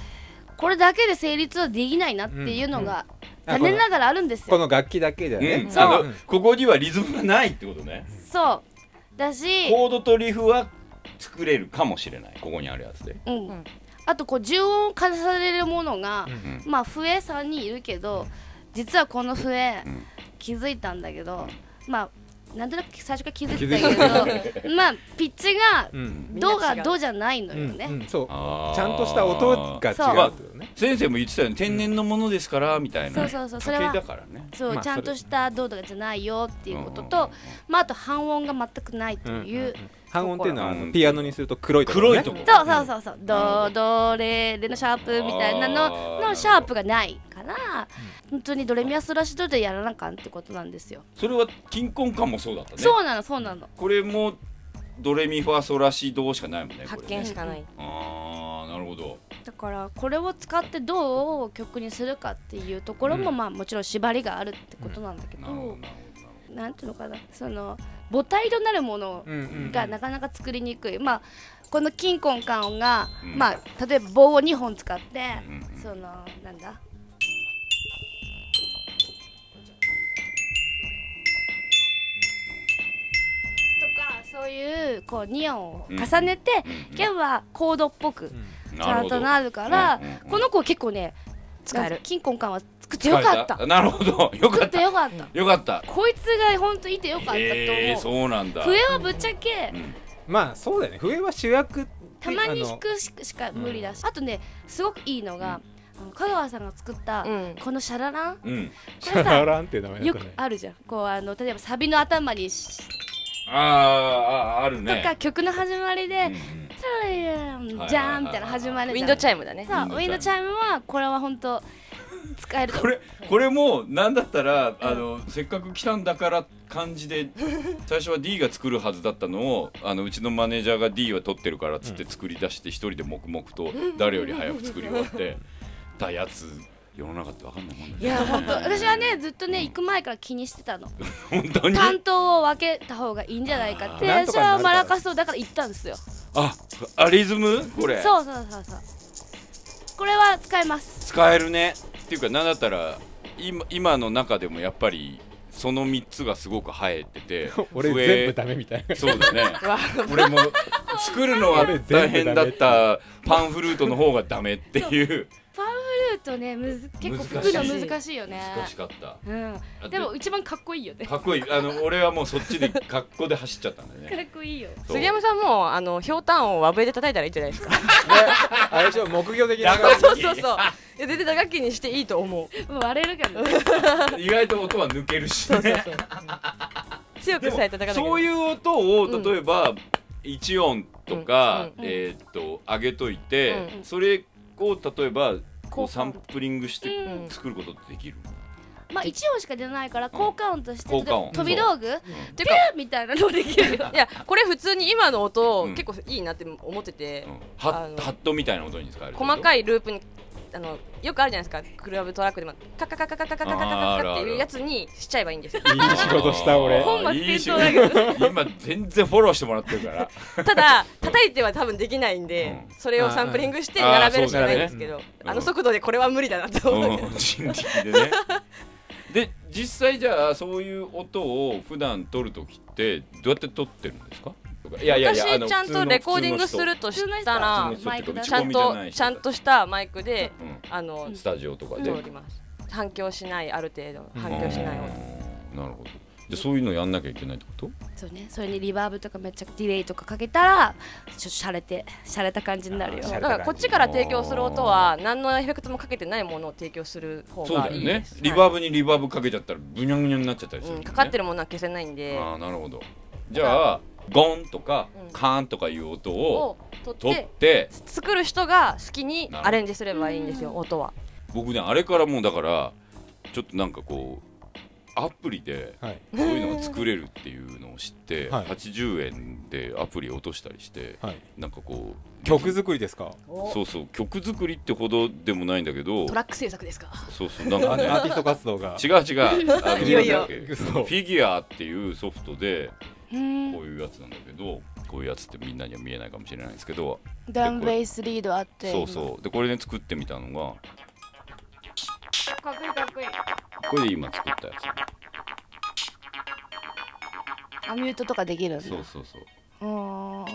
[SPEAKER 4] これだけで成立はできないなっていうのが
[SPEAKER 3] うんうんあ
[SPEAKER 4] 残念ながらあるんです
[SPEAKER 3] こ
[SPEAKER 4] よ。
[SPEAKER 3] の楽器だけじゃね、
[SPEAKER 2] うん
[SPEAKER 4] そう
[SPEAKER 2] あのここにはリズムがないってことね
[SPEAKER 4] そうだし、
[SPEAKER 2] コードとリフは作れるかもしれないここにあるやつで
[SPEAKER 4] うん
[SPEAKER 5] ん
[SPEAKER 4] あとこう重音を重ねれるものが、
[SPEAKER 3] うん
[SPEAKER 4] まあ笛さんにいるけど実はこの笛、
[SPEAKER 2] うん
[SPEAKER 4] 気づいたんだけどまあなんとなく最初から気づいてたけど まあピッチが
[SPEAKER 3] うん
[SPEAKER 5] ん
[SPEAKER 4] ドがドじゃないのよね。
[SPEAKER 3] うんうんそう
[SPEAKER 2] あー
[SPEAKER 3] ちゃんとした音が違うってことね
[SPEAKER 2] 先生も言ってたよね天然のものですからみたいな
[SPEAKER 4] そうそうそうそれは
[SPEAKER 2] 家系だからね
[SPEAKER 4] そう、
[SPEAKER 3] まあ
[SPEAKER 4] ちゃんとしたドとかじゃないよっていうことと、まあ、あと半音が全くないという、
[SPEAKER 3] うんうんうん半音っていうのはあ
[SPEAKER 2] うん
[SPEAKER 3] のピアノにすると黒いところ、ね、
[SPEAKER 2] 黒いとこ
[SPEAKER 4] そうそうそうそう、
[SPEAKER 2] なるほど
[SPEAKER 4] ドドレレのシャープみたいな
[SPEAKER 2] あー
[SPEAKER 4] の
[SPEAKER 2] なるほ
[SPEAKER 4] の
[SPEAKER 2] ど
[SPEAKER 4] シャープがないから、本当にドレミアソラシドでやらなあかんってことなんですよ。
[SPEAKER 2] それは金婚感もそうだったね
[SPEAKER 4] そうなのそうなの。
[SPEAKER 2] これもドレミファソラシドしかないもんねこれね
[SPEAKER 5] 発見しかない。
[SPEAKER 2] ああなるほど
[SPEAKER 4] だからこれを使ってどう曲にするかっていうところも、
[SPEAKER 3] うん
[SPEAKER 4] まあもちろん縛りがあるってことなんだけど、
[SPEAKER 2] なるほどなる
[SPEAKER 4] なんていうのかなその母体となるもの
[SPEAKER 3] うんうんうん
[SPEAKER 4] がなかなか作りにくい、まあこの金婚感音が、
[SPEAKER 2] うん
[SPEAKER 4] まあ例えば棒を2本使って、
[SPEAKER 2] ほどうんうん
[SPEAKER 4] そのなんだとかそういうこう2音を重ねて、
[SPEAKER 2] うん
[SPEAKER 4] けばコードっぽく
[SPEAKER 2] うん
[SPEAKER 4] ちゃんとなるから
[SPEAKER 2] うんうんうん
[SPEAKER 4] この子結構ね
[SPEAKER 5] 使える
[SPEAKER 4] 金婚感は作ってよかっ
[SPEAKER 2] 疲れ
[SPEAKER 4] た
[SPEAKER 2] なるほどよか
[SPEAKER 4] 作
[SPEAKER 2] っ
[SPEAKER 4] って
[SPEAKER 2] た
[SPEAKER 4] よかった
[SPEAKER 2] よかった
[SPEAKER 4] こいつが本当いてよかったと思う、
[SPEAKER 2] えーそうなんだ
[SPEAKER 4] 笛はぶっちゃけ
[SPEAKER 2] うん
[SPEAKER 3] まあそうだよね笛は主役
[SPEAKER 4] たまに
[SPEAKER 3] あ
[SPEAKER 4] 弾
[SPEAKER 3] の
[SPEAKER 4] くしか無理だし、あとねすごくいいのが、あの香川さんが作った
[SPEAKER 5] うん
[SPEAKER 4] このシャララン、こ
[SPEAKER 2] うん
[SPEAKER 3] シ
[SPEAKER 4] れ
[SPEAKER 3] ャラ
[SPEAKER 4] さ
[SPEAKER 3] ランっていう名前だ
[SPEAKER 4] よ
[SPEAKER 3] った
[SPEAKER 4] く
[SPEAKER 3] ね
[SPEAKER 4] あるじゃんこうあの例えばサビの頭にし
[SPEAKER 2] あああーある
[SPEAKER 4] とか
[SPEAKER 2] ね
[SPEAKER 4] 曲の始まり
[SPEAKER 2] う
[SPEAKER 4] で
[SPEAKER 2] んうん
[SPEAKER 4] 「タラリランじゃん」みたいな始ま
[SPEAKER 5] ウ
[SPEAKER 4] るじゃ
[SPEAKER 5] ィン
[SPEAKER 4] ん
[SPEAKER 5] ドチャイムだね。
[SPEAKER 4] そ
[SPEAKER 2] ウ
[SPEAKER 4] うウィ
[SPEAKER 2] ィ
[SPEAKER 4] ン
[SPEAKER 2] ン
[SPEAKER 4] ド
[SPEAKER 2] ド
[SPEAKER 4] チ
[SPEAKER 2] チ
[SPEAKER 4] ャイムはこれは本当使えると
[SPEAKER 2] これこれもなんだったらあのせっかく来たんだから感じで最初は D が作るはずだったのをあのうちのマネージャーが D は取ってるからっつって作り出して一人で黙々と誰より早く作り終わってたやつ世の中ってわかんないもんだね
[SPEAKER 4] いや本当私はねずっとね行く前から気にしてたの
[SPEAKER 2] 本当に
[SPEAKER 4] 担当を分けた方がいいんじゃないかって
[SPEAKER 3] あーなんと
[SPEAKER 4] 私
[SPEAKER 3] かなる
[SPEAKER 4] は
[SPEAKER 3] から
[SPEAKER 4] マラカスをだから行ったんですよ
[SPEAKER 2] ああリズムこれ
[SPEAKER 4] そうそうそうそうこれは使えます
[SPEAKER 2] 使えるねっていうかなんだったら今今の中でもやっぱりその3つがすごく生えてて
[SPEAKER 3] 俺
[SPEAKER 2] 笛
[SPEAKER 3] 全部ダメみたいな
[SPEAKER 2] そうだね
[SPEAKER 5] わ
[SPEAKER 2] 俺も作るのは大変だったパンフルートの方がダメっていう
[SPEAKER 4] パンフルートねむず結構
[SPEAKER 2] 難
[SPEAKER 4] 吹
[SPEAKER 2] し
[SPEAKER 4] く
[SPEAKER 2] い
[SPEAKER 4] の難しいよね
[SPEAKER 2] 難しかった
[SPEAKER 4] うん、でも一番かっこいいよね
[SPEAKER 2] か
[SPEAKER 4] か
[SPEAKER 2] っこいいあの俺はもうそっちで格好で走っちゃったんだ よね
[SPEAKER 4] っこいいよ
[SPEAKER 2] そう
[SPEAKER 5] 杉山さんもあのひょうたんを和笛で叩いたらいいんじゃないですか。
[SPEAKER 3] あれでしょ木魚的な
[SPEAKER 2] だから
[SPEAKER 5] そうそうそう。いや全然打楽器にしていいと思う。
[SPEAKER 4] もう割れるからね
[SPEAKER 2] 意外と音は抜けるし
[SPEAKER 5] そうそう
[SPEAKER 2] ね
[SPEAKER 5] そう。強
[SPEAKER 2] で
[SPEAKER 5] く
[SPEAKER 2] も
[SPEAKER 5] さえ叩かなきゃ
[SPEAKER 2] そう
[SPEAKER 5] う。
[SPEAKER 2] いう音を
[SPEAKER 5] うん
[SPEAKER 2] 例えば1音とか
[SPEAKER 5] うん
[SPEAKER 4] うん
[SPEAKER 2] えーっと上げといて
[SPEAKER 4] うん
[SPEAKER 2] それを例えばこ
[SPEAKER 4] 効
[SPEAKER 2] うサ
[SPEAKER 4] 果
[SPEAKER 2] ン
[SPEAKER 4] 音
[SPEAKER 2] プリングして
[SPEAKER 4] うん
[SPEAKER 2] 作ることってできる、
[SPEAKER 4] まあ一音しか出ないから効果音として、
[SPEAKER 2] 効果音
[SPEAKER 4] 飛び道具
[SPEAKER 2] うん
[SPEAKER 4] ピ
[SPEAKER 5] てか
[SPEAKER 4] ューみたいなのできるよ
[SPEAKER 5] いやこれ普通に今の音、
[SPEAKER 2] うん
[SPEAKER 5] 結構いいなって思ってて、
[SPEAKER 2] うんハ
[SPEAKER 5] あ
[SPEAKER 2] ッ
[SPEAKER 5] の
[SPEAKER 2] ハットみたいな音に使える
[SPEAKER 5] 細か
[SPEAKER 2] い
[SPEAKER 5] いループにあのよくあるじゃないですかクラブトラックでもカカカカカカカカカカカカっていうやつにしちゃえばいいんですよ
[SPEAKER 3] いい仕事した 俺
[SPEAKER 4] 本末転倒だ
[SPEAKER 2] 今全然フォローしてもらってる から
[SPEAKER 5] ただ叩いては多分できないんで、
[SPEAKER 2] うん
[SPEAKER 5] それをサンプリングして
[SPEAKER 2] あー
[SPEAKER 5] 並べるしかないんですけ
[SPEAKER 3] そ
[SPEAKER 5] どあ,、
[SPEAKER 2] だね
[SPEAKER 5] の速度でこれは無理だなと思って、
[SPEAKER 2] うん、人力でね。で実際じゃあそういう音を普段撮るときってどうやって撮ってるんですか？とかいやいやいやあの
[SPEAKER 5] 私ちゃんとレコーディング
[SPEAKER 2] 普通
[SPEAKER 5] す
[SPEAKER 2] の
[SPEAKER 5] るとしたら
[SPEAKER 2] 普通の人っていうか打
[SPEAKER 4] 普通
[SPEAKER 2] ち
[SPEAKER 5] ちゃ
[SPEAKER 2] 込
[SPEAKER 5] ん
[SPEAKER 2] みじゃ
[SPEAKER 5] と
[SPEAKER 2] ない人
[SPEAKER 5] ちゃんとしたマイクで、
[SPEAKER 2] う
[SPEAKER 5] あの
[SPEAKER 2] んスタジオとかで。
[SPEAKER 5] 通ります反響しないある程度反
[SPEAKER 2] うん
[SPEAKER 5] 響しない音、
[SPEAKER 2] なるほど。でそういうのやんなきゃいけないってこと？
[SPEAKER 4] そうねそれにリバーブとかめっちゃディレイとかかけたらちょっと洒落て洒落た感じになるよ
[SPEAKER 3] あー洒
[SPEAKER 5] だ
[SPEAKER 3] 落
[SPEAKER 5] からこっちから提供する音は何のエフェクトもかけてないものを提供する方
[SPEAKER 2] そうだ
[SPEAKER 5] が
[SPEAKER 2] よ
[SPEAKER 5] いいで
[SPEAKER 2] ね
[SPEAKER 5] す。
[SPEAKER 2] リ
[SPEAKER 5] は
[SPEAKER 2] バーブにリバーブかけちゃったらブニャンブニャンになっちゃったりす
[SPEAKER 5] い
[SPEAKER 2] る、
[SPEAKER 5] う
[SPEAKER 2] ね
[SPEAKER 5] ん、かかってるものは消せないんで
[SPEAKER 2] ああなるほど。じゃあゴンとか
[SPEAKER 5] うん
[SPEAKER 2] カーンとかいう音を
[SPEAKER 5] を取
[SPEAKER 2] 撮っ
[SPEAKER 5] っ
[SPEAKER 2] て
[SPEAKER 5] て作る人が好きにアレンジすればいいんですよ
[SPEAKER 4] な
[SPEAKER 5] 音は
[SPEAKER 2] 僕ねあれからもうだからちょっとなんかこうアプリで
[SPEAKER 3] はい
[SPEAKER 2] こういうのが作れるっていうのを知って、
[SPEAKER 3] はい
[SPEAKER 2] 80円でアプリ落としたりして
[SPEAKER 3] はい
[SPEAKER 2] なんかこう
[SPEAKER 3] 曲作りですか
[SPEAKER 2] そうそう曲作りってほどでもないんだけど
[SPEAKER 5] トラック制作ですか
[SPEAKER 2] そうそうなん
[SPEAKER 3] あ
[SPEAKER 2] か
[SPEAKER 3] アー
[SPEAKER 2] ね
[SPEAKER 3] ティスト活動が
[SPEAKER 2] 違う違うあの
[SPEAKER 5] いよいよ
[SPEAKER 2] なんだっけ
[SPEAKER 3] そう
[SPEAKER 2] フィギュアっていうソフトで
[SPEAKER 6] うん
[SPEAKER 2] こういうやつなんだけどこういうやつってみんなには見えないかもしれないですけど
[SPEAKER 6] ダンベースリードあって
[SPEAKER 2] そうそうでこれで作ってみたのが
[SPEAKER 4] かっこいいかっこいい
[SPEAKER 2] これで今作ったや
[SPEAKER 6] 今アミュートとかできるんだ
[SPEAKER 2] つそうそうそう
[SPEAKER 6] うー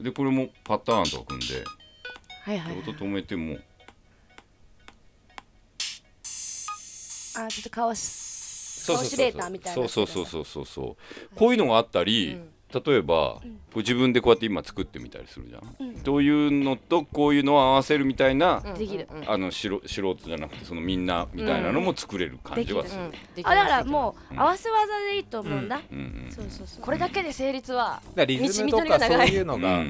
[SPEAKER 6] ん
[SPEAKER 2] でこれもパターンとか組んで
[SPEAKER 6] はいはい、はい、
[SPEAKER 2] 音止めても
[SPEAKER 6] あちょっと顔し
[SPEAKER 2] そうそうそうそう
[SPEAKER 4] オシレーターみたいな
[SPEAKER 2] そうそうそうそうそうそうこういうのがあったり、例えば、こう自分でこうやって今作ってみたりするじゃん、どういうのとこういうのを合わせるみたいな、
[SPEAKER 5] うん
[SPEAKER 4] できる
[SPEAKER 5] うんうん
[SPEAKER 2] あの素素人じゃなくてそのみんなみたいなのも作れる感じはする、
[SPEAKER 5] できます
[SPEAKER 4] あだからもう
[SPEAKER 2] うん
[SPEAKER 4] 合わせ技でいいと思うんだ、
[SPEAKER 2] うんうん
[SPEAKER 4] そうそうそう
[SPEAKER 5] これだけで成立 は
[SPEAKER 3] だからリズムとかそういうの
[SPEAKER 2] うん
[SPEAKER 3] が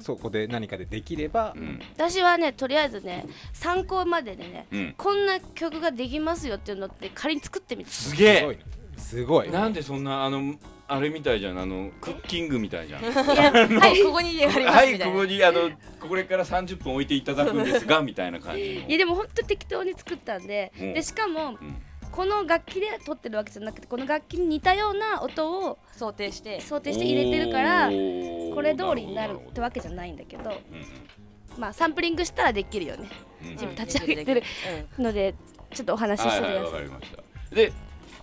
[SPEAKER 3] そこで何かでできれば
[SPEAKER 2] うん
[SPEAKER 4] 私はねとりあえずね参考まででね
[SPEAKER 2] うん
[SPEAKER 4] こんな曲ができますよっていうのって仮に作ってみて
[SPEAKER 2] す
[SPEAKER 3] す
[SPEAKER 2] げ
[SPEAKER 3] ごい
[SPEAKER 2] え
[SPEAKER 3] なすごい
[SPEAKER 2] なんでそんなあのあれみたいじゃんあのクッキングみたいじゃん
[SPEAKER 5] はいここに家がありま
[SPEAKER 2] は
[SPEAKER 5] すみ
[SPEAKER 2] い
[SPEAKER 5] たい
[SPEAKER 2] こ
[SPEAKER 5] な
[SPEAKER 2] こにあのこれから30分置いていただくんです がみたいな感じ
[SPEAKER 4] いやでも本当適当に作ったんで、
[SPEAKER 2] うん
[SPEAKER 4] でしかも
[SPEAKER 2] の、うん
[SPEAKER 4] この楽器で撮ってるわけじゃなくてこの楽器に似たような音を
[SPEAKER 5] 想定して
[SPEAKER 4] 想定して入れてるから
[SPEAKER 2] お
[SPEAKER 4] こ
[SPEAKER 2] ー
[SPEAKER 4] れ通りになる
[SPEAKER 2] ほど
[SPEAKER 4] ってわけじゃないんだけ
[SPEAKER 2] う
[SPEAKER 4] ど
[SPEAKER 2] んうん
[SPEAKER 4] まあサンプリングしたらできるよね
[SPEAKER 2] うん
[SPEAKER 5] うん
[SPEAKER 4] 立ち上げてるのでちょっとお話し
[SPEAKER 2] は
[SPEAKER 4] し
[SPEAKER 2] い
[SPEAKER 4] て
[SPEAKER 2] はい
[SPEAKER 4] くだ
[SPEAKER 2] わ
[SPEAKER 4] さ
[SPEAKER 2] か
[SPEAKER 4] い
[SPEAKER 2] りましたで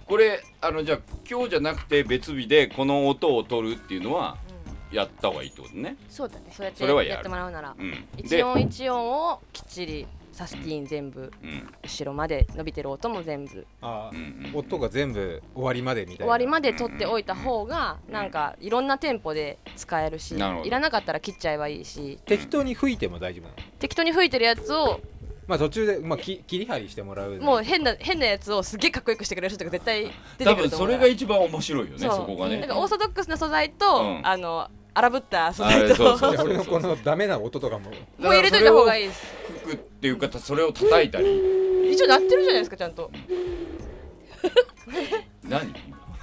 [SPEAKER 2] これあのじゃあ今日じゃなくて別日でこの音を取るっていうのはやった方がいいってことね
[SPEAKER 4] そうだね
[SPEAKER 5] そうやって
[SPEAKER 2] それはやる
[SPEAKER 5] やってもらうなら
[SPEAKER 2] うん
[SPEAKER 5] 一
[SPEAKER 2] で、
[SPEAKER 5] 音一音をきっちりサスティーン全部
[SPEAKER 2] うん
[SPEAKER 5] 後ろまで伸びてる音も全部
[SPEAKER 3] あ
[SPEAKER 2] う
[SPEAKER 3] ー
[SPEAKER 2] んうん、
[SPEAKER 3] 音が全部終わりまでみたいな
[SPEAKER 5] 終わりまで取っておいた方がなんかいろんなテンポで使えるし
[SPEAKER 2] なるほど
[SPEAKER 5] いらなかったら切っちゃえばいいし
[SPEAKER 3] 適当に吹いても大丈夫なの
[SPEAKER 5] 適当に吹いてるやつを
[SPEAKER 3] まあ途中でまあき切り張りしてもらう
[SPEAKER 5] も う変な変なやつをすっげえかっこよくしてくれる人とか絶対出て
[SPEAKER 2] 多分
[SPEAKER 5] くると思
[SPEAKER 2] そう
[SPEAKER 5] か
[SPEAKER 2] れ
[SPEAKER 5] ら
[SPEAKER 2] が一番面白いよね
[SPEAKER 5] う
[SPEAKER 2] そこがね
[SPEAKER 5] なんかオーソドックスな素材と、
[SPEAKER 2] うん
[SPEAKER 5] あの荒ぶった素
[SPEAKER 2] あ
[SPEAKER 5] 材
[SPEAKER 2] れ
[SPEAKER 5] と
[SPEAKER 2] そうそう
[SPEAKER 3] いや俺の このダメな音とかも
[SPEAKER 5] もう入れといた方がいいです
[SPEAKER 2] 吹くっていうかそれを叩いたり
[SPEAKER 5] 一応鳴ってるじゃないですかちゃんと
[SPEAKER 2] 何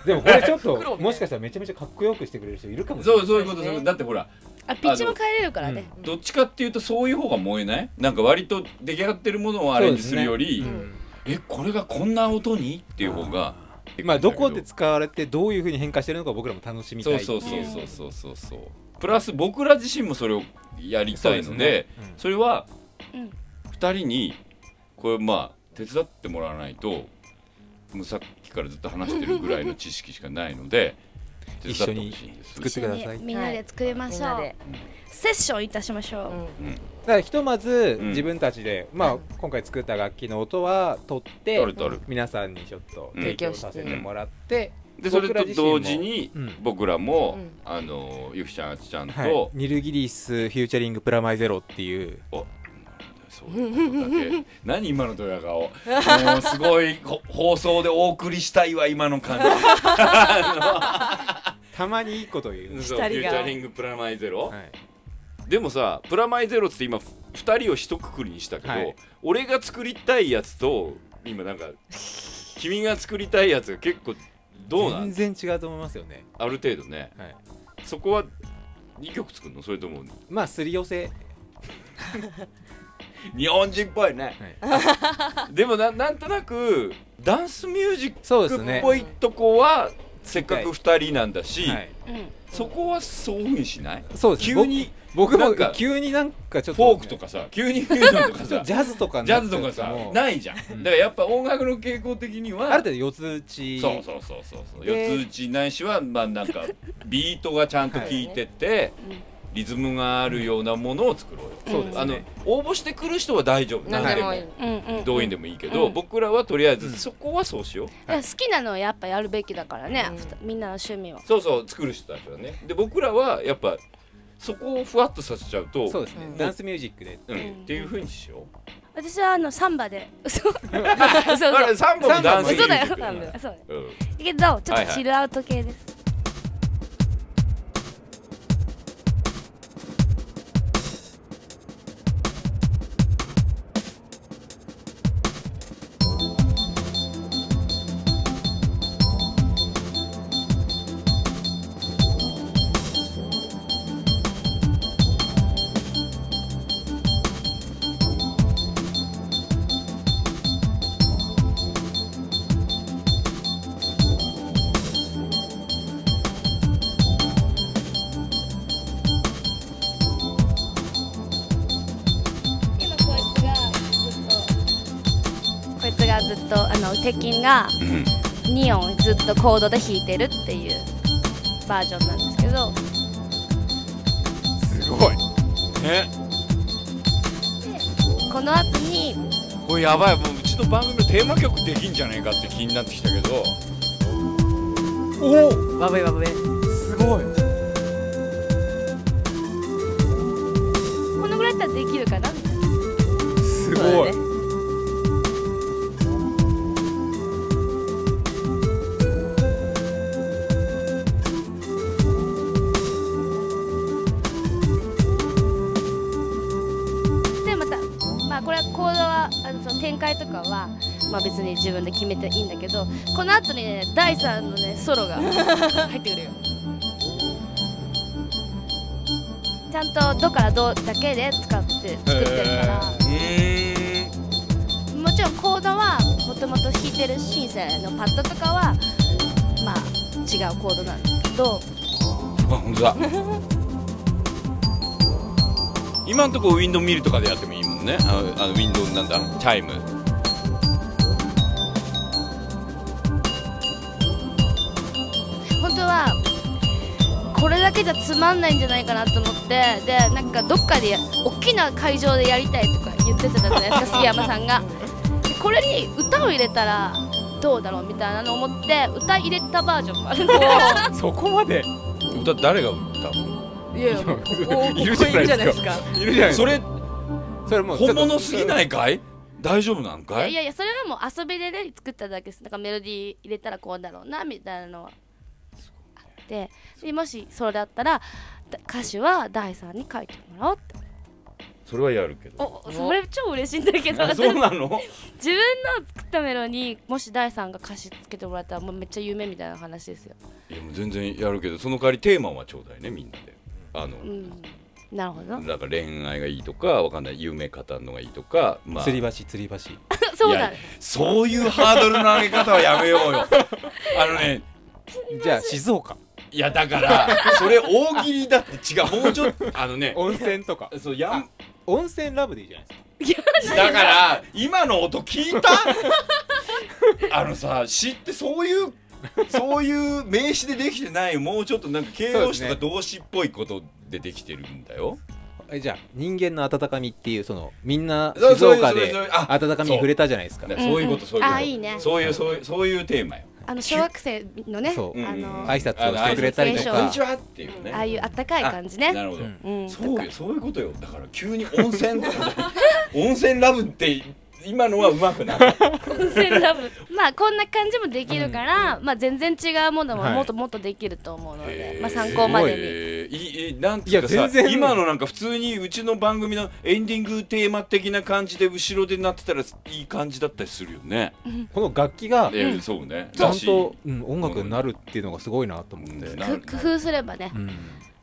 [SPEAKER 3] でもこれちょっ
[SPEAKER 5] 黒
[SPEAKER 3] と
[SPEAKER 5] ね
[SPEAKER 3] もしかしたらめちゃめちゃかっこよくしてくれる人いるかもしれ
[SPEAKER 2] そ
[SPEAKER 3] な
[SPEAKER 2] う
[SPEAKER 3] い
[SPEAKER 2] そういうことそういうことだってほら
[SPEAKER 4] あピッチも変えれるからね、
[SPEAKER 2] どっちかっていうとそういう方が燃えないなんか割と出来上がってるものをアレンジするより、
[SPEAKER 3] そうですね
[SPEAKER 2] えこれがこんな音にっていう方が
[SPEAKER 3] うんまあどこで使われてどういうふうに変化してるのか僕らも楽しみたい
[SPEAKER 2] そうそうそうそうそうそうそうプラス僕ら自身もそれをやりたいのでそ
[SPEAKER 3] うん
[SPEAKER 2] れは
[SPEAKER 4] うん
[SPEAKER 2] 2人にこれまあ手伝ってもらわないともうさっきからずっと話してるぐらいの知識しかないので手伝ってほしいんです
[SPEAKER 3] 一緒に作っ
[SPEAKER 4] 一
[SPEAKER 3] て
[SPEAKER 4] 緒
[SPEAKER 3] くだ
[SPEAKER 4] に
[SPEAKER 3] さい
[SPEAKER 4] みんなで作りま
[SPEAKER 5] みん
[SPEAKER 4] しょう、
[SPEAKER 5] なで、
[SPEAKER 4] セッションいたしましょう、
[SPEAKER 5] うん
[SPEAKER 3] だからひとまず
[SPEAKER 2] うん
[SPEAKER 3] 自分たちで、まあ今回作った楽器の音は取って
[SPEAKER 2] 取る取る
[SPEAKER 3] 皆さんにちょっと提供させてもらって、
[SPEAKER 2] でそれ
[SPEAKER 3] 僕ら
[SPEAKER 2] と
[SPEAKER 3] 自身も
[SPEAKER 2] 同時に
[SPEAKER 3] うん
[SPEAKER 2] 僕らも、
[SPEAKER 5] うん
[SPEAKER 2] あのゆきちゃんあきちゃんと、
[SPEAKER 3] はい、ニルギリスフューチャリングプラマイゼロっていう
[SPEAKER 2] そういうことだけ 何今のドヤ顔もうすごいほ放送でお送りしたいわ今の感じ
[SPEAKER 3] たまにいいこと言う、
[SPEAKER 2] そうフ
[SPEAKER 5] 二
[SPEAKER 2] ュー
[SPEAKER 5] 人
[SPEAKER 2] チ
[SPEAKER 5] が
[SPEAKER 2] ャリングプラマイゼロ、
[SPEAKER 3] はい、
[SPEAKER 2] でもさプラマイゼロっつって今2人を一括りにしたけど、
[SPEAKER 3] はい
[SPEAKER 2] 俺が作りたいやつと今なんか君が作りたいやつが結構どうなん
[SPEAKER 3] 全然違うと思いますよね、
[SPEAKER 2] ある程度ね
[SPEAKER 3] はい、
[SPEAKER 2] そこは2曲作るのそれとも
[SPEAKER 3] まあすり寄せ
[SPEAKER 2] 日本人っぽいね、でもななんとなくダンスミュージッ
[SPEAKER 3] そうです
[SPEAKER 2] クっ
[SPEAKER 3] ね
[SPEAKER 2] ぽいとこはせっかく2人なんだし、
[SPEAKER 3] はい、
[SPEAKER 2] そこはそういうふうにしない
[SPEAKER 3] そうです
[SPEAKER 2] 急に
[SPEAKER 3] 僕
[SPEAKER 2] な
[SPEAKER 3] も
[SPEAKER 2] んか
[SPEAKER 3] 急になんかちょっ
[SPEAKER 2] フ
[SPEAKER 3] と、
[SPEAKER 2] ォークとかさ急にフュージョンとか
[SPEAKER 3] ちょっ
[SPEAKER 2] さ
[SPEAKER 3] とジャズとかに
[SPEAKER 2] ジ
[SPEAKER 3] な
[SPEAKER 2] ャ
[SPEAKER 3] っ
[SPEAKER 2] ズ
[SPEAKER 3] ちゃ
[SPEAKER 2] と
[SPEAKER 3] う
[SPEAKER 2] かさ
[SPEAKER 3] もう
[SPEAKER 2] ない じゃん、だからやっぱ音楽の傾向的には
[SPEAKER 3] ある程度四つ打ち
[SPEAKER 2] そうそうそうそうそう
[SPEAKER 3] で
[SPEAKER 2] 四つ打ちないしはまあなん かビートがちゃんと効いてて、リズムがあるようなものを作ろうよ、
[SPEAKER 3] そうですね
[SPEAKER 2] あの応募してくる人は大丈夫
[SPEAKER 5] 何でもいい、
[SPEAKER 4] うんうん
[SPEAKER 2] 動員でもいいけど、
[SPEAKER 4] うん
[SPEAKER 2] 僕らはとりあえずそこはそうしよう、
[SPEAKER 4] いや好きなのをやっぱやるべきだからね、
[SPEAKER 5] うん
[SPEAKER 4] ふたみんなの趣味を
[SPEAKER 2] そうそう作る人たちはねで僕らはやっぱそこをふわっとさせちゃうと
[SPEAKER 3] そうですね、
[SPEAKER 5] うん
[SPEAKER 3] ダンスミュージックで
[SPEAKER 2] うん、っていうふうにしよう
[SPEAKER 4] 私はあのサンバで 嘘 そう
[SPEAKER 2] だから
[SPEAKER 4] そう
[SPEAKER 2] 3本ダンス
[SPEAKER 4] 嘘だよ
[SPEAKER 2] ミュージック
[SPEAKER 4] あそう
[SPEAKER 2] うん
[SPEAKER 4] だけどちょ
[SPEAKER 2] はいは
[SPEAKER 4] っと
[SPEAKER 2] い
[SPEAKER 4] チルアウト系です、今こいつがずっとこいつがずっとあの鉄筋が2音ずっとコードで弾いてるっていうバージョンなんですけど
[SPEAKER 3] すごい
[SPEAKER 2] ね
[SPEAKER 4] この後に
[SPEAKER 2] これやばいもううちの番組のテーマ曲できんじゃないかって気になってきたけど
[SPEAKER 3] お
[SPEAKER 5] バブイバブイ
[SPEAKER 3] すごい
[SPEAKER 4] このぐらいだったらできるかなみたいな
[SPEAKER 3] す
[SPEAKER 5] そう
[SPEAKER 3] ごい、
[SPEAKER 5] だね
[SPEAKER 4] でまたまあこれはコードはあのその展開とかはまあ別に自分で決めていいんだけどこの後にね第3のねソロが入ってくるよちゃんと「ど」から「ど」だけで使って作ってるから。
[SPEAKER 2] えー、
[SPEAKER 4] もちろんコードはもともと弾いてるシンセのパッドとかはまあ違うコードなんだけど
[SPEAKER 2] あ本当だ 今んとこウィンドウミルとかでやってもいいもんねあのあのウィンドウなんだチャイム
[SPEAKER 4] 本当はこれだけじゃつまんないんじゃないかなと思ってでなんかどっかでや大きな会場でやりたいとか言ってたじゃな いですか杉山さんが。でこれに歌を入れたらどうだろうみたいなのを思って歌入れたバージョンもあるんで
[SPEAKER 3] そこまで
[SPEAKER 2] 歌誰が歌うの
[SPEAKER 5] いやいやもう王国
[SPEAKER 3] いるじゃないですか
[SPEAKER 5] いるじゃないですか
[SPEAKER 3] いるじゃない
[SPEAKER 2] それ
[SPEAKER 3] それもうちょっ
[SPEAKER 2] 本
[SPEAKER 3] と
[SPEAKER 2] 物すぎないかい大丈夫なんかい
[SPEAKER 4] いやいやそれはもう遊びでね作っただけですなんかメロディー入れたらこうだろうなみたいなのはあってでもしそれだったらだ歌手は第三に書いてもらおうって
[SPEAKER 2] それはやるけど
[SPEAKER 4] おそれ超嬉しいんだけど
[SPEAKER 2] あそうなの
[SPEAKER 4] 自分の作ったメロにもし第三が歌詞つけてもらったらもうめっちゃ夢みたいな話ですよ、
[SPEAKER 2] いやもう全然やるけどその代わりテーマはちょうだいねみんなであの、
[SPEAKER 4] うん、な るほ
[SPEAKER 2] な
[SPEAKER 4] ど
[SPEAKER 2] んか恋愛がいいとかわかんない夢語るのがいいとかまあ
[SPEAKER 3] 吊り橋吊り橋
[SPEAKER 4] そ
[SPEAKER 2] い
[SPEAKER 4] うだ
[SPEAKER 2] やそういうハードルの上げ方はやめようよ あのね
[SPEAKER 3] じゃあ静岡
[SPEAKER 2] いやだからそれ大喜利だって違うもうちょっとあのね
[SPEAKER 3] 温泉とか
[SPEAKER 2] そうやん
[SPEAKER 3] 温泉ラブでいいじゃないですか
[SPEAKER 2] だから今の音聞いたあのさ詩ってそういうそういう名詞でできてないもうちょっとなんか形容詞とか
[SPEAKER 3] そ
[SPEAKER 2] 動詞っぽいことでできてるんだよ
[SPEAKER 3] えじゃあ人間の温かみっていうそのみんな
[SPEAKER 2] そう
[SPEAKER 3] 静岡で
[SPEAKER 2] そうそうそうあ
[SPEAKER 3] 温かみに触れたじゃないですか
[SPEAKER 2] だからそういうこと、
[SPEAKER 4] うん
[SPEAKER 2] そういうこと
[SPEAKER 4] あいいね
[SPEAKER 2] そういうそういうそういうテーマよ
[SPEAKER 4] あの小学生のね
[SPEAKER 3] そう
[SPEAKER 4] あ
[SPEAKER 2] うん
[SPEAKER 4] の
[SPEAKER 3] 挨拶をしてくれたりと
[SPEAKER 4] あの
[SPEAKER 2] こん
[SPEAKER 3] か
[SPEAKER 2] にちはっていうね
[SPEAKER 4] ああいうあったかい感じ
[SPEAKER 2] な
[SPEAKER 4] ね
[SPEAKER 2] るほど、
[SPEAKER 3] うん
[SPEAKER 4] うん
[SPEAKER 2] そ
[SPEAKER 4] と
[SPEAKER 2] う
[SPEAKER 4] か
[SPEAKER 2] よそういうことよだから急に温泉とか温泉ラブって今のはうまく ない
[SPEAKER 4] 温泉ラブ まあこんな感じもできるから、まあ全然違うものも
[SPEAKER 3] はい
[SPEAKER 4] もっともっとできると思うの
[SPEAKER 2] へ
[SPEAKER 4] で、
[SPEAKER 2] ー
[SPEAKER 4] まあ参考までに
[SPEAKER 2] えいいなんつうか
[SPEAKER 3] いや
[SPEAKER 2] さ
[SPEAKER 3] 全然
[SPEAKER 2] 今のなんか普通にうちの番組のエンディングテーマ的な感じで後ろでなってたらいい感じだったりするよね。
[SPEAKER 3] この楽器が
[SPEAKER 2] えーそうね。
[SPEAKER 3] ちゃ
[SPEAKER 2] ら
[SPEAKER 3] ん
[SPEAKER 2] しい
[SPEAKER 3] と、うん、音楽になるっていうのがすごいなと思って、
[SPEAKER 2] うんな
[SPEAKER 4] く工夫すればね、
[SPEAKER 3] うん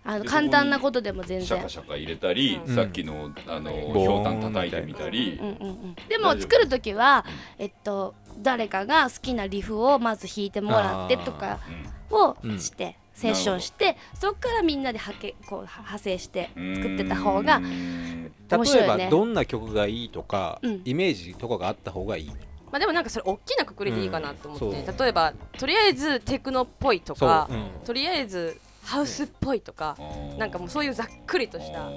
[SPEAKER 4] あの
[SPEAKER 2] で
[SPEAKER 4] 簡単なことでも全
[SPEAKER 2] シャ
[SPEAKER 4] 然
[SPEAKER 2] カシャカ入れたり、
[SPEAKER 5] うん
[SPEAKER 2] さっきのあの
[SPEAKER 3] ボーン
[SPEAKER 2] ひょうたん叩いてみたり、
[SPEAKER 4] うんうんうんでも作る時はえっと誰かが好きなリフをまず弾いてもらってとかを
[SPEAKER 3] うん
[SPEAKER 4] して、セッションしてそこからみんなではけこうは派生して作ってた方が
[SPEAKER 3] 例
[SPEAKER 4] 面白
[SPEAKER 3] え
[SPEAKER 4] いよ
[SPEAKER 3] ば
[SPEAKER 4] ね
[SPEAKER 3] どんな曲がいいとか、
[SPEAKER 4] うん
[SPEAKER 3] イメージとかがあった方がいい
[SPEAKER 5] まあでもなんかそれ大きなくくりでいいかなと思って、
[SPEAKER 3] うん
[SPEAKER 5] 例えばとりあえずテクノっぽいとか、
[SPEAKER 3] うん
[SPEAKER 5] とりあえずハウスっぽいとか、なんかもうそういうざっくり
[SPEAKER 2] う
[SPEAKER 5] とした。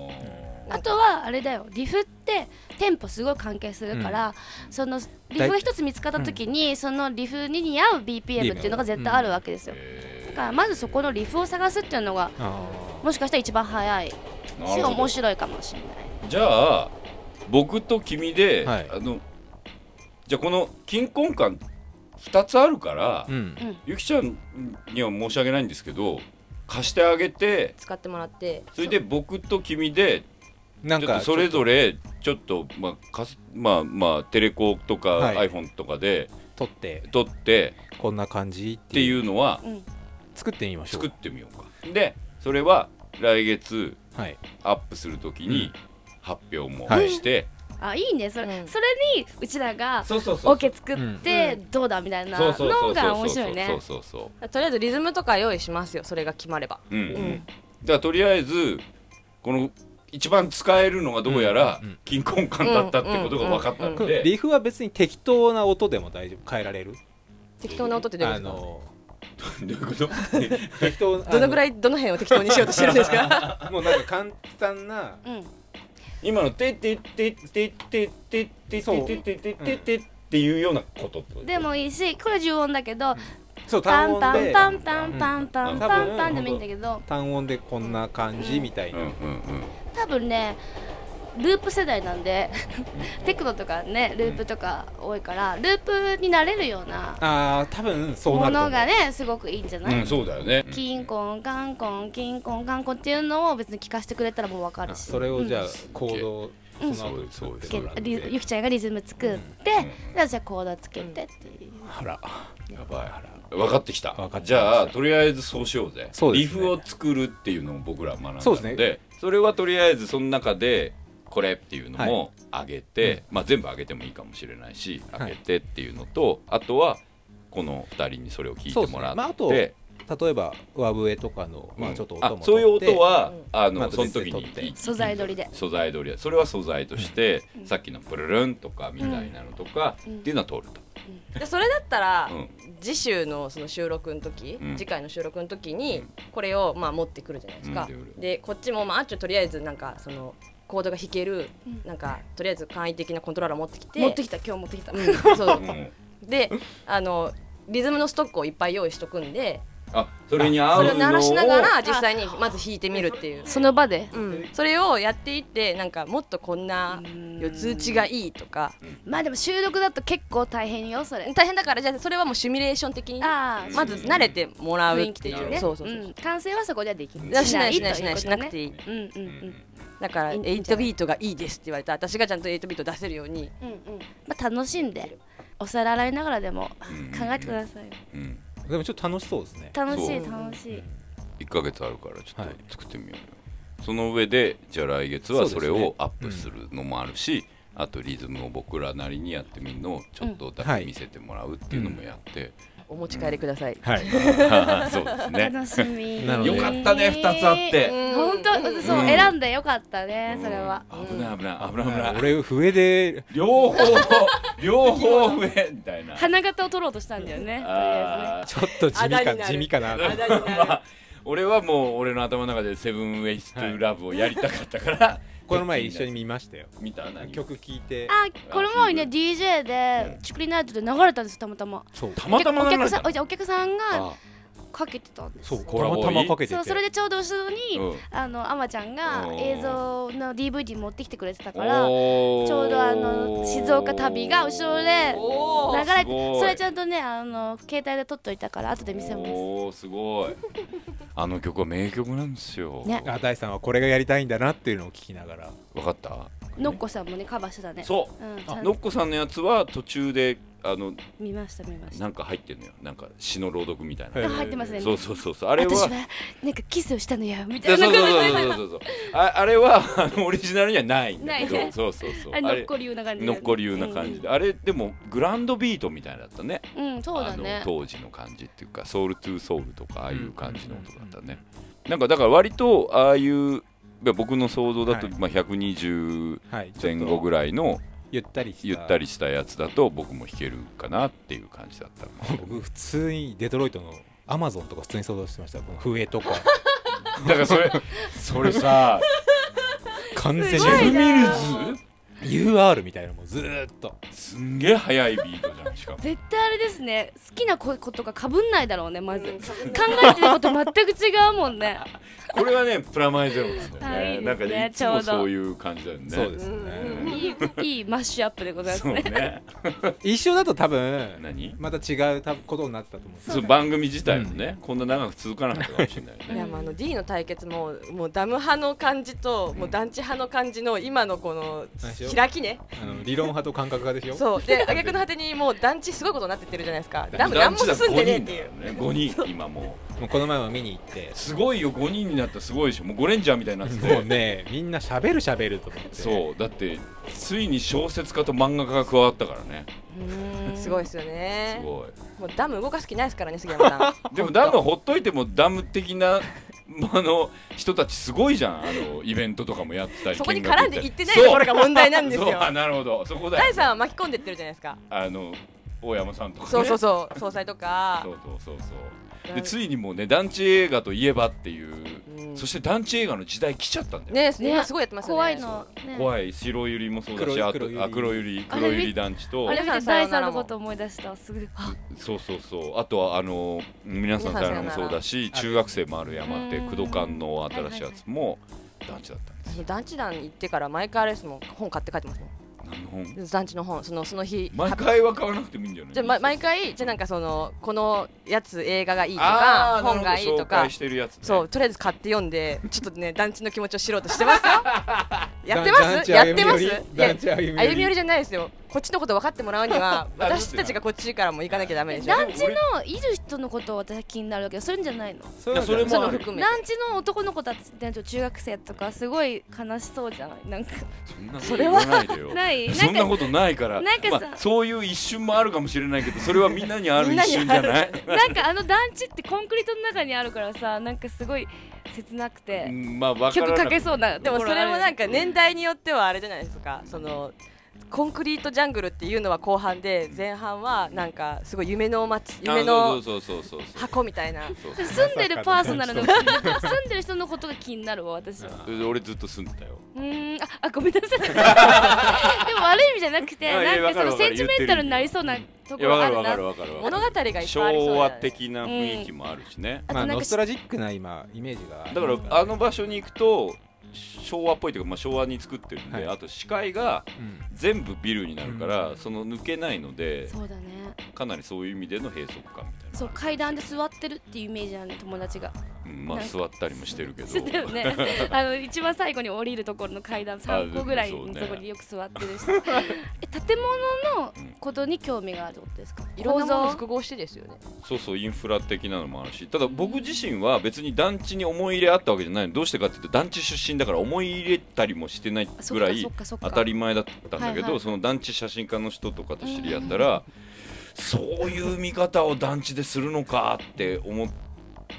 [SPEAKER 4] あとはあれだよリフってテンポすごい関係するから、そのリフが一つ見つかった時に、そのリフに似合う BPM っていうのが絶対あるわけですよ、だからまずそこのリフを探すっていうのが
[SPEAKER 3] あ
[SPEAKER 4] もしかしたら一番早いし
[SPEAKER 2] なるほど
[SPEAKER 4] 面白いかもしれない
[SPEAKER 2] じゃあ僕と君で、
[SPEAKER 3] はい
[SPEAKER 2] あのじゃあこの金婚感2つあるから、
[SPEAKER 3] ーうん
[SPEAKER 2] ゆきちゃんには申し訳ないんですけど貸してあげて
[SPEAKER 5] 使ってもらって
[SPEAKER 2] それで僕と君で
[SPEAKER 3] なん
[SPEAKER 2] ちょっ
[SPEAKER 3] か
[SPEAKER 2] とそれぞれちょっとまあかすまあまあテレコとか
[SPEAKER 3] はい
[SPEAKER 2] iPhone とかで
[SPEAKER 3] 撮って
[SPEAKER 2] 撮って
[SPEAKER 3] こんな感じっ
[SPEAKER 2] って
[SPEAKER 3] ていう
[SPEAKER 2] いうのは
[SPEAKER 4] うん
[SPEAKER 3] 作ってみましょう
[SPEAKER 2] 作ってみようか。でそれは来月
[SPEAKER 3] はい
[SPEAKER 2] アップするときに発表も
[SPEAKER 3] はい
[SPEAKER 2] して、
[SPEAKER 4] あいいねそれ、
[SPEAKER 5] うん
[SPEAKER 4] それにうちらが
[SPEAKER 2] そうそうそう
[SPEAKER 4] オ
[SPEAKER 2] そ
[SPEAKER 4] ケ
[SPEAKER 2] う
[SPEAKER 4] 作って
[SPEAKER 5] う
[SPEAKER 4] どうだみたいな
[SPEAKER 2] そうそうそ
[SPEAKER 4] の
[SPEAKER 2] うそ
[SPEAKER 4] が
[SPEAKER 2] う
[SPEAKER 4] 面
[SPEAKER 2] そ
[SPEAKER 4] 白
[SPEAKER 2] う
[SPEAKER 4] いね
[SPEAKER 2] そうそうそう
[SPEAKER 5] とりあえずリズムとか用意しますよそれが決まれば
[SPEAKER 2] うん、う
[SPEAKER 5] うん
[SPEAKER 2] ん、じゃあとりあえずこの一番使えるのがどうやら
[SPEAKER 3] うんうんうん
[SPEAKER 2] 金婚感だったってことが分かったの
[SPEAKER 5] うん
[SPEAKER 2] で、
[SPEAKER 3] リフは別に適当な音でも大丈夫変えられる
[SPEAKER 5] 適当な音ってどういう
[SPEAKER 3] あ
[SPEAKER 5] ことですか
[SPEAKER 2] どう
[SPEAKER 3] の
[SPEAKER 2] いうこと
[SPEAKER 3] 適当な
[SPEAKER 5] どのぐら
[SPEAKER 3] い
[SPEAKER 5] いどの辺を適当にしようとしてるんで すか
[SPEAKER 3] もうなんか簡単な
[SPEAKER 4] うん
[SPEAKER 2] 今の「てってってってってってって
[SPEAKER 3] そう
[SPEAKER 2] ててててて」っていうようなことってこと
[SPEAKER 4] でもいいしこれは重音だけど
[SPEAKER 3] そう
[SPEAKER 4] タ
[SPEAKER 3] 単
[SPEAKER 4] ン
[SPEAKER 3] 音
[SPEAKER 4] タ
[SPEAKER 3] で
[SPEAKER 4] ンタンタンタンタンタンタンでもいいんだけど
[SPEAKER 3] 単音でこんな感じみたい
[SPEAKER 2] うんう
[SPEAKER 3] なん
[SPEAKER 2] うん
[SPEAKER 4] 多分ねループ世代なんでテクノとかねループとか多いからループになれるような
[SPEAKER 3] あー多分そうな
[SPEAKER 4] も
[SPEAKER 3] ると思
[SPEAKER 4] の
[SPEAKER 3] う
[SPEAKER 4] がねすごくいいんじゃな
[SPEAKER 2] うん
[SPEAKER 4] い
[SPEAKER 2] そうだよね
[SPEAKER 4] キンコンカンコンキンコンカンコンっていうのを別に聞かせてくれたらもう分かるし
[SPEAKER 3] それをじゃあ行動
[SPEAKER 4] うん
[SPEAKER 3] その後に作ってもらって
[SPEAKER 4] リゆきちゃんがリズム作って、でじゃあコードつけてっていう、
[SPEAKER 3] あら
[SPEAKER 2] やばい分かってきた
[SPEAKER 3] 分かってきました
[SPEAKER 2] じゃあとりあえずそうしようぜ
[SPEAKER 3] そうですね
[SPEAKER 2] リフを作るっていうのを僕らは学んだので
[SPEAKER 3] そ
[SPEAKER 2] そう
[SPEAKER 3] で
[SPEAKER 2] れはとりあえずその中でこれっていうのも上げて、まあ、全部上げてもいいかもしれないし
[SPEAKER 3] はい
[SPEAKER 2] 上げてっていうのと、あとはこの2人にそれを聞い
[SPEAKER 3] そう
[SPEAKER 2] て
[SPEAKER 3] です
[SPEAKER 2] も
[SPEAKER 3] ね
[SPEAKER 2] らって。
[SPEAKER 3] まああと例えば和笛とかのまあちょっと音も
[SPEAKER 2] あそういう音は、
[SPEAKER 5] うん
[SPEAKER 2] あの、
[SPEAKER 3] また
[SPEAKER 2] その
[SPEAKER 3] 別で
[SPEAKER 2] 時に
[SPEAKER 3] 撮って
[SPEAKER 4] 素材取りで、
[SPEAKER 2] 素材取りやそれは素材として、さっきのプルルンとかみたいなのとか、
[SPEAKER 4] うん
[SPEAKER 2] っていうのは取ると、
[SPEAKER 5] でそれだったら、
[SPEAKER 2] うん
[SPEAKER 5] 次週のその収録の時、
[SPEAKER 2] うん
[SPEAKER 5] 次回の収録の時にこれをまあ持ってくるじゃないですか、
[SPEAKER 2] うん
[SPEAKER 5] でこっちもまああっちょとりあえずなんかそのコードが弾ける、
[SPEAKER 4] うん
[SPEAKER 5] なんかとりあえず簡易的なコントローラー持ってきて
[SPEAKER 4] 持ってきた今日持ってきた、
[SPEAKER 5] うんそう
[SPEAKER 2] うん
[SPEAKER 5] であのリズムのストックをいっぱい用意しとくんで
[SPEAKER 2] あそれに合
[SPEAKER 5] そうれ
[SPEAKER 2] のを
[SPEAKER 5] を鳴らしながら実際にまず弾いてみるっていう。
[SPEAKER 4] その場で、
[SPEAKER 5] うん、それをやっていってなんかもっとこんなよ通知がいいとか
[SPEAKER 4] まあでも収録だと結構大変よそれ
[SPEAKER 5] 大変だからじゃあそれはもうシミュレーション的に
[SPEAKER 4] ああ
[SPEAKER 5] まず慣れてもらうっ
[SPEAKER 4] 雰囲気
[SPEAKER 5] て
[SPEAKER 4] 的
[SPEAKER 5] いう
[SPEAKER 4] にね
[SPEAKER 5] そうそうそう、
[SPEAKER 4] ん、完成はそこではでき
[SPEAKER 5] いやしないしないしないしなく
[SPEAKER 4] い
[SPEAKER 5] ていい、
[SPEAKER 4] うことねうんうんうん
[SPEAKER 5] だから
[SPEAKER 4] いいんじゃない
[SPEAKER 5] 8ビートがいいですって言われた私がちゃんと8ビート出せるように
[SPEAKER 4] うんうんまあ楽しんでお皿洗いながらでも
[SPEAKER 2] うん
[SPEAKER 4] 考えてくださいよ
[SPEAKER 2] うん、
[SPEAKER 3] でもちょっと楽しそうですね
[SPEAKER 4] 楽し
[SPEAKER 2] そ
[SPEAKER 4] いう楽しい
[SPEAKER 2] 1か月あるからちょっ
[SPEAKER 3] は
[SPEAKER 2] と
[SPEAKER 3] い
[SPEAKER 2] 作ってみようよ、その上でじゃあ来月はそれをアップするのもあるし、あとリズムを僕らなりにやってみるのをちょっとだけ見せてもらうっていうのもやって、
[SPEAKER 5] お持ち帰りください、
[SPEAKER 3] はい
[SPEAKER 2] そうですね
[SPEAKER 4] 楽しみ
[SPEAKER 3] なるほど
[SPEAKER 2] よかったね2つあって、
[SPEAKER 5] うん
[SPEAKER 4] 本当そう、
[SPEAKER 2] うん
[SPEAKER 4] 選んでよかったねそれは、
[SPEAKER 2] うん危ない危ない危ない危ない
[SPEAKER 3] 俺笛で
[SPEAKER 2] 両方両方上みたいな
[SPEAKER 4] 花形を取ろうとしたんだよねとりあ
[SPEAKER 2] あー
[SPEAKER 3] ちょっと地味
[SPEAKER 5] あだ
[SPEAKER 3] か
[SPEAKER 5] になる
[SPEAKER 3] 地味かな
[SPEAKER 5] あだになる
[SPEAKER 2] まあ俺はもう俺の頭の中で「セブンウェイストゥラブをやりたかったから
[SPEAKER 3] この前一緒に見ましたよ
[SPEAKER 2] 見たな
[SPEAKER 3] 曲聴いて
[SPEAKER 4] えずねあこの前ね DJ で「チクリナイト」で流れたんですよたまたま
[SPEAKER 3] そう
[SPEAKER 2] たまたま
[SPEAKER 4] お
[SPEAKER 2] 流
[SPEAKER 4] 客
[SPEAKER 2] れ
[SPEAKER 4] さ
[SPEAKER 2] た
[SPEAKER 4] んおじゃあお客さんが
[SPEAKER 2] あ
[SPEAKER 4] かけてたんです
[SPEAKER 3] そう
[SPEAKER 4] よ
[SPEAKER 3] たまたまかけてて
[SPEAKER 4] そうそれでちょうど後ろに、
[SPEAKER 2] うん
[SPEAKER 4] あのアマちゃんが
[SPEAKER 2] おー
[SPEAKER 4] 映像の DVD 持ってきてくれてたからち
[SPEAKER 2] おー
[SPEAKER 4] ょうどあの静岡旅が後ろで
[SPEAKER 5] おー
[SPEAKER 4] 流れ
[SPEAKER 2] すご
[SPEAKER 4] て
[SPEAKER 2] い
[SPEAKER 4] それちゃんとねあの携帯で撮っといたから後で見せます
[SPEAKER 2] おーすごいあの曲は名曲なんですよ、
[SPEAKER 4] ね
[SPEAKER 3] あ大さんはこれがやりたいんだなっていうのを聞きながら
[SPEAKER 2] 分かった
[SPEAKER 4] のっこさんもねカバーしてたね、
[SPEAKER 2] そう
[SPEAKER 4] ん、ち
[SPEAKER 2] う
[SPEAKER 4] ゃん
[SPEAKER 2] の
[SPEAKER 4] と
[SPEAKER 2] っこさんのやつは途中であの
[SPEAKER 4] 見ました見ました
[SPEAKER 2] なんか入ってんのよなんか詩の朗読みたい
[SPEAKER 3] へ
[SPEAKER 2] な
[SPEAKER 3] ー
[SPEAKER 4] あ入ってますね
[SPEAKER 2] そうそうそうそうあれは
[SPEAKER 4] 私はなんかキスをしたのやみた
[SPEAKER 2] そう
[SPEAKER 4] いな
[SPEAKER 2] そう
[SPEAKER 4] 感
[SPEAKER 2] そうそうそうそうああれはあのオリジナルにはないんだけ
[SPEAKER 4] な
[SPEAKER 2] ど
[SPEAKER 4] い
[SPEAKER 2] そうそうそう
[SPEAKER 4] あれのっこ流な感じ
[SPEAKER 2] のっこ流な感じで、あれでもグランドビートみたいだったね
[SPEAKER 4] うん、うんそうだ
[SPEAKER 2] あの
[SPEAKER 4] ね
[SPEAKER 2] 当時の感じっていうかソウルトゥーソウルとかああいう感じの音だったね、なんかだから割とああいういや僕の想像だと、
[SPEAKER 3] はい
[SPEAKER 2] まあ、120
[SPEAKER 3] はいちょ
[SPEAKER 2] 前
[SPEAKER 3] っと
[SPEAKER 2] 後ぐらいの
[SPEAKER 3] ゆったりした
[SPEAKER 2] ゆったりしたやつだと僕も弾けるかなっていう感じだった
[SPEAKER 3] 僕普通にデトロイトのアマゾンとか普通に想像してま したこの笛とか
[SPEAKER 2] だからそ れそれさ
[SPEAKER 3] 完
[SPEAKER 2] ジ
[SPEAKER 3] 全に
[SPEAKER 2] ェフ・ミルズ
[SPEAKER 3] UR みたいなのもずーっと
[SPEAKER 2] すんげえ速いビートじゃんしかも
[SPEAKER 4] 絶対あれですね好きなことがかぶんないだろうねまず考えてること全く違うもんね
[SPEAKER 2] これはねプラマイゼロですよね、
[SPEAKER 4] はいいいですね
[SPEAKER 2] なんかねいつ
[SPEAKER 4] ちょ
[SPEAKER 2] も
[SPEAKER 4] うど
[SPEAKER 2] そういう感じだよね
[SPEAKER 3] そうですね、
[SPEAKER 4] いいいいマッシュアップでございます
[SPEAKER 2] そう
[SPEAKER 4] ね
[SPEAKER 2] ね
[SPEAKER 3] 一緒だと多分
[SPEAKER 2] 何
[SPEAKER 3] また違う多分ことになってたと思うんですよ
[SPEAKER 2] そう番組自体もね、こんな長く続かなかったかもしれないよ
[SPEAKER 5] い
[SPEAKER 2] ね
[SPEAKER 5] やまああの D の対決ももうダム派の感じともう団地派の感じの今のこの
[SPEAKER 3] 何しよう
[SPEAKER 5] 開きね
[SPEAKER 3] あの理論派と感覚派でしょ
[SPEAKER 5] そうで挙句の果てにもう団地すごいことになってってるじゃないですかダム
[SPEAKER 2] 団
[SPEAKER 5] 何
[SPEAKER 2] 地
[SPEAKER 5] も
[SPEAKER 2] だ
[SPEAKER 5] 進んでねえっていう
[SPEAKER 2] 5人だからね5人今も
[SPEAKER 3] もうこの前も見に行って
[SPEAKER 2] うすごいよ5人になったらすごいでしょもうゴレンジャーみたいになってて
[SPEAKER 3] もうねみんなしゃべるしゃべると思って
[SPEAKER 2] そうだってついに小説家と漫画家が加わったからね
[SPEAKER 5] すごいですよね
[SPEAKER 2] すご
[SPEAKER 5] もうダム動かす気ないですからね杉山さ ん
[SPEAKER 2] いでもダムほっといてもダム的なあの人たちすごいじゃんあのイベントとかもやったり
[SPEAKER 5] そこに
[SPEAKER 2] 見学
[SPEAKER 5] 絡
[SPEAKER 2] 行っ
[SPEAKER 5] ん
[SPEAKER 2] たり
[SPEAKER 5] でいってないところが問題なんです
[SPEAKER 2] そう
[SPEAKER 5] よ
[SPEAKER 2] あなるほどそこだ
[SPEAKER 5] 大
[SPEAKER 2] よ
[SPEAKER 5] さんは巻き込んでってるじゃないですか
[SPEAKER 2] あの大山さんとかね
[SPEAKER 5] そうそ うそう総裁とか
[SPEAKER 2] そうそうそうそうでついにもうね団地映画といえばっていう、
[SPEAKER 5] うん
[SPEAKER 2] そして団地映画の時代来ちゃったんだよ、
[SPEAKER 5] ね今すごいやってますよね
[SPEAKER 4] 怖いの、ね、
[SPEAKER 2] 怖い白百合もそうだし
[SPEAKER 3] 黒
[SPEAKER 2] あ
[SPEAKER 3] い黒百合
[SPEAKER 2] とあ黒百合
[SPEAKER 4] あれ
[SPEAKER 2] 黒百合団地と
[SPEAKER 4] あれ見て
[SPEAKER 5] さよ
[SPEAKER 4] 第
[SPEAKER 5] うな
[SPEAKER 4] 三
[SPEAKER 5] ら
[SPEAKER 4] の
[SPEAKER 5] も
[SPEAKER 4] こと思い出したすぐあ
[SPEAKER 2] そうそうそうあとはあの皆さんさよならもそうだし
[SPEAKER 3] 皆さんさ
[SPEAKER 2] 中
[SPEAKER 3] よなら
[SPEAKER 2] 学生もある山って
[SPEAKER 4] うん
[SPEAKER 2] 工藤館の新しいやつも団地だったんですよ
[SPEAKER 5] 団地団行ってから毎回あれですもん本買って帰ってますも
[SPEAKER 2] 何の本
[SPEAKER 5] ん団地の本そのその日
[SPEAKER 2] 毎回は買わなくてもいいんじゃない
[SPEAKER 5] じゃあ、ま、毎回じゃあなんかそのこのやつ映画がいいと
[SPEAKER 2] あ
[SPEAKER 5] か
[SPEAKER 2] ー
[SPEAKER 5] 本がいいと
[SPEAKER 2] なるほど紹
[SPEAKER 5] か
[SPEAKER 2] 介してるやつ、ね、
[SPEAKER 5] そうとりあえず買って読んでちょっとね団地の気持ちを知ろうとしてますよやって
[SPEAKER 3] 団
[SPEAKER 5] ます
[SPEAKER 3] 地
[SPEAKER 5] や
[SPEAKER 3] 歩
[SPEAKER 5] っ
[SPEAKER 3] み
[SPEAKER 5] て
[SPEAKER 3] 寄
[SPEAKER 5] ます
[SPEAKER 3] り
[SPEAKER 5] いや
[SPEAKER 3] 団地歩み寄り
[SPEAKER 5] 歩み寄りじゃないですよこっちのこと分かってもらうには
[SPEAKER 2] あどっち
[SPEAKER 5] 私たちがこっちからも行かなきゃダメでしょ
[SPEAKER 4] 団地のいる人のことを私は気になるわけよそういうんじゃないの
[SPEAKER 3] そう
[SPEAKER 2] いやそれも
[SPEAKER 5] その含めて
[SPEAKER 4] 団地の男の子たちって中学生とかすごい悲しそうじゃないなんか
[SPEAKER 2] そんなこと言わないでよ
[SPEAKER 4] ないなんか
[SPEAKER 2] そんなことないから
[SPEAKER 4] なんかさ
[SPEAKER 2] まあ、そういう一瞬もあるかもしれないけどそれはみんなにある
[SPEAKER 5] みん
[SPEAKER 2] 一
[SPEAKER 5] なに
[SPEAKER 2] 瞬
[SPEAKER 5] ある
[SPEAKER 2] じゃない
[SPEAKER 4] なんかあの団地ってコンクリートの中にあるからさなんかすごい切なく
[SPEAKER 2] う
[SPEAKER 4] て
[SPEAKER 2] んまあわから
[SPEAKER 4] 曲
[SPEAKER 2] な
[SPEAKER 4] かけそうな
[SPEAKER 5] で
[SPEAKER 4] と
[SPEAKER 5] も
[SPEAKER 4] こ
[SPEAKER 5] そ
[SPEAKER 4] ろある
[SPEAKER 5] れもなんか
[SPEAKER 2] うん
[SPEAKER 5] 年代によってはあれじゃないですかそのコンクリートジャングルっていうのは後半で前半はなんかすごい夢の街夢
[SPEAKER 2] あ
[SPEAKER 5] の
[SPEAKER 2] そうそうそうそうそう
[SPEAKER 5] 箱みたいな
[SPEAKER 2] そうそう
[SPEAKER 4] 住んでるパーソナルの住んでる人のことが気になるわ私は
[SPEAKER 2] それで俺ずっと住んでたよ
[SPEAKER 4] うーんああごめんなさ いでも悪い意味じゃなくて
[SPEAKER 2] あいや
[SPEAKER 4] なんかそ
[SPEAKER 2] わかる
[SPEAKER 4] の
[SPEAKER 2] わかる
[SPEAKER 4] センチメンタルになりそうなと
[SPEAKER 2] い
[SPEAKER 4] こ
[SPEAKER 2] やわ
[SPEAKER 4] ろ
[SPEAKER 2] か
[SPEAKER 4] あ
[SPEAKER 2] る
[SPEAKER 4] る
[SPEAKER 2] わかるわか
[SPEAKER 4] な
[SPEAKER 2] るわか
[SPEAKER 5] 物
[SPEAKER 2] る
[SPEAKER 5] 語がいっぱいありそう
[SPEAKER 2] 昭和
[SPEAKER 5] じゃない
[SPEAKER 2] 的な雰囲気もあるしね、
[SPEAKER 4] あ
[SPEAKER 3] まあ
[SPEAKER 4] となん
[SPEAKER 3] ノ
[SPEAKER 4] か
[SPEAKER 3] ストラジックな今イメージが
[SPEAKER 2] だからあの場所に行くと昭和っぽいというか、まあ、昭和に作ってるんで、
[SPEAKER 3] はい
[SPEAKER 2] あと視界が
[SPEAKER 3] うん
[SPEAKER 2] 全部ビルになるから、その抜けないので
[SPEAKER 4] そうだね
[SPEAKER 2] かなりそういう意味での閉塞感みたいな
[SPEAKER 4] そう階段で座ってるっていうイメージなの友達が
[SPEAKER 2] うんまあ
[SPEAKER 4] なんか
[SPEAKER 2] 座ったりもしてるけど
[SPEAKER 4] 知ってるね あの一番最後に降りるところの 階段3個ぐらいのところによく座ってる人 え建物のことに興味があるってことですか
[SPEAKER 5] いろんなもの
[SPEAKER 4] 構
[SPEAKER 5] 複合してですよね
[SPEAKER 2] そうそうインフラ的なのもあるしただ僕自身は別に団地に思い入れあったわけじゃないのどうしてかっていうと団地出身だから思い入れたりもしてない
[SPEAKER 4] 造
[SPEAKER 2] ぐらい
[SPEAKER 4] そっかそっかそ
[SPEAKER 2] 当
[SPEAKER 4] っか
[SPEAKER 2] たり前だったんだけど、
[SPEAKER 4] はいはい
[SPEAKER 2] その団地写真家の人とかと知り合ったら、そういう見方を団地でするのかって思っ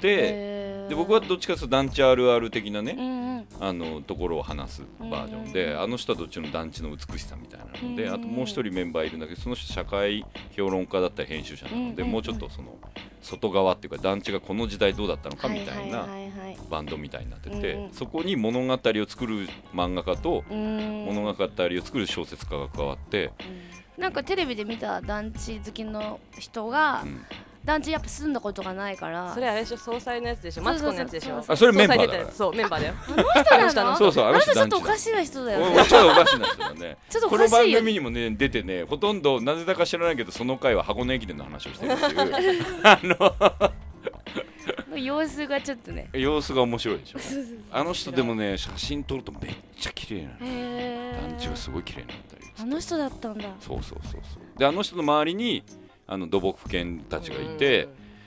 [SPEAKER 2] て、
[SPEAKER 4] へー
[SPEAKER 2] で僕はどっちかというと団地あるある的な
[SPEAKER 4] う
[SPEAKER 2] ね、
[SPEAKER 4] んうん
[SPEAKER 2] あのところを話すバージョンで、あの人はどっちの団地の美しさみたいなので、
[SPEAKER 4] う
[SPEAKER 2] あ
[SPEAKER 4] ん
[SPEAKER 2] ともう一人メンバーいるんだけどその人社会評論家だったり編集者なので、
[SPEAKER 4] うん
[SPEAKER 2] もうちょっとその外側っていうか団地がこの時代どうだったのかみたいな。
[SPEAKER 4] はいはいはいはい
[SPEAKER 2] バンドみたいになってて、
[SPEAKER 4] うんうん
[SPEAKER 2] そこに物語を作る漫画家と
[SPEAKER 4] うーん
[SPEAKER 2] 物語を作る小説家が加わって、
[SPEAKER 4] なんかテレビで見た団地好きの人が
[SPEAKER 2] うん
[SPEAKER 4] 団地やっぱ住んだことがないから
[SPEAKER 5] それあれでしょ総裁のやつでし
[SPEAKER 4] そ
[SPEAKER 5] ょ
[SPEAKER 4] う
[SPEAKER 5] マ
[SPEAKER 4] そうそう
[SPEAKER 5] ツコのやつでしょ
[SPEAKER 4] あ
[SPEAKER 2] それメンバーだ
[SPEAKER 5] 総
[SPEAKER 2] から
[SPEAKER 5] 裁出てそうメンバーだよ
[SPEAKER 4] 人なの
[SPEAKER 5] あの人
[SPEAKER 2] そうそうあ
[SPEAKER 4] あ
[SPEAKER 2] の
[SPEAKER 4] の
[SPEAKER 2] 人
[SPEAKER 4] 人ちょ
[SPEAKER 2] 団
[SPEAKER 4] っ
[SPEAKER 2] 地
[SPEAKER 4] とおかしな人だよ
[SPEAKER 2] お
[SPEAKER 4] ね
[SPEAKER 2] おちょっとおかしな人だね
[SPEAKER 4] ちょっとお
[SPEAKER 2] この
[SPEAKER 4] かし
[SPEAKER 2] 番
[SPEAKER 4] いよ
[SPEAKER 2] 組にもね出てねほとんどなぜだか知らないけどその回は箱根駅伝の話をしてるっていう あの
[SPEAKER 4] 様子がちょっとね
[SPEAKER 2] 様子が面白いでしょ
[SPEAKER 4] そうそう
[SPEAKER 2] あの人でもね写真撮るとめっちゃ綺麗なの
[SPEAKER 4] へえ
[SPEAKER 2] 団地がすごい綺麗になったり
[SPEAKER 4] あの人だったんだ
[SPEAKER 2] そうそうそうそうであの人の周りにあの土木犬たちがいて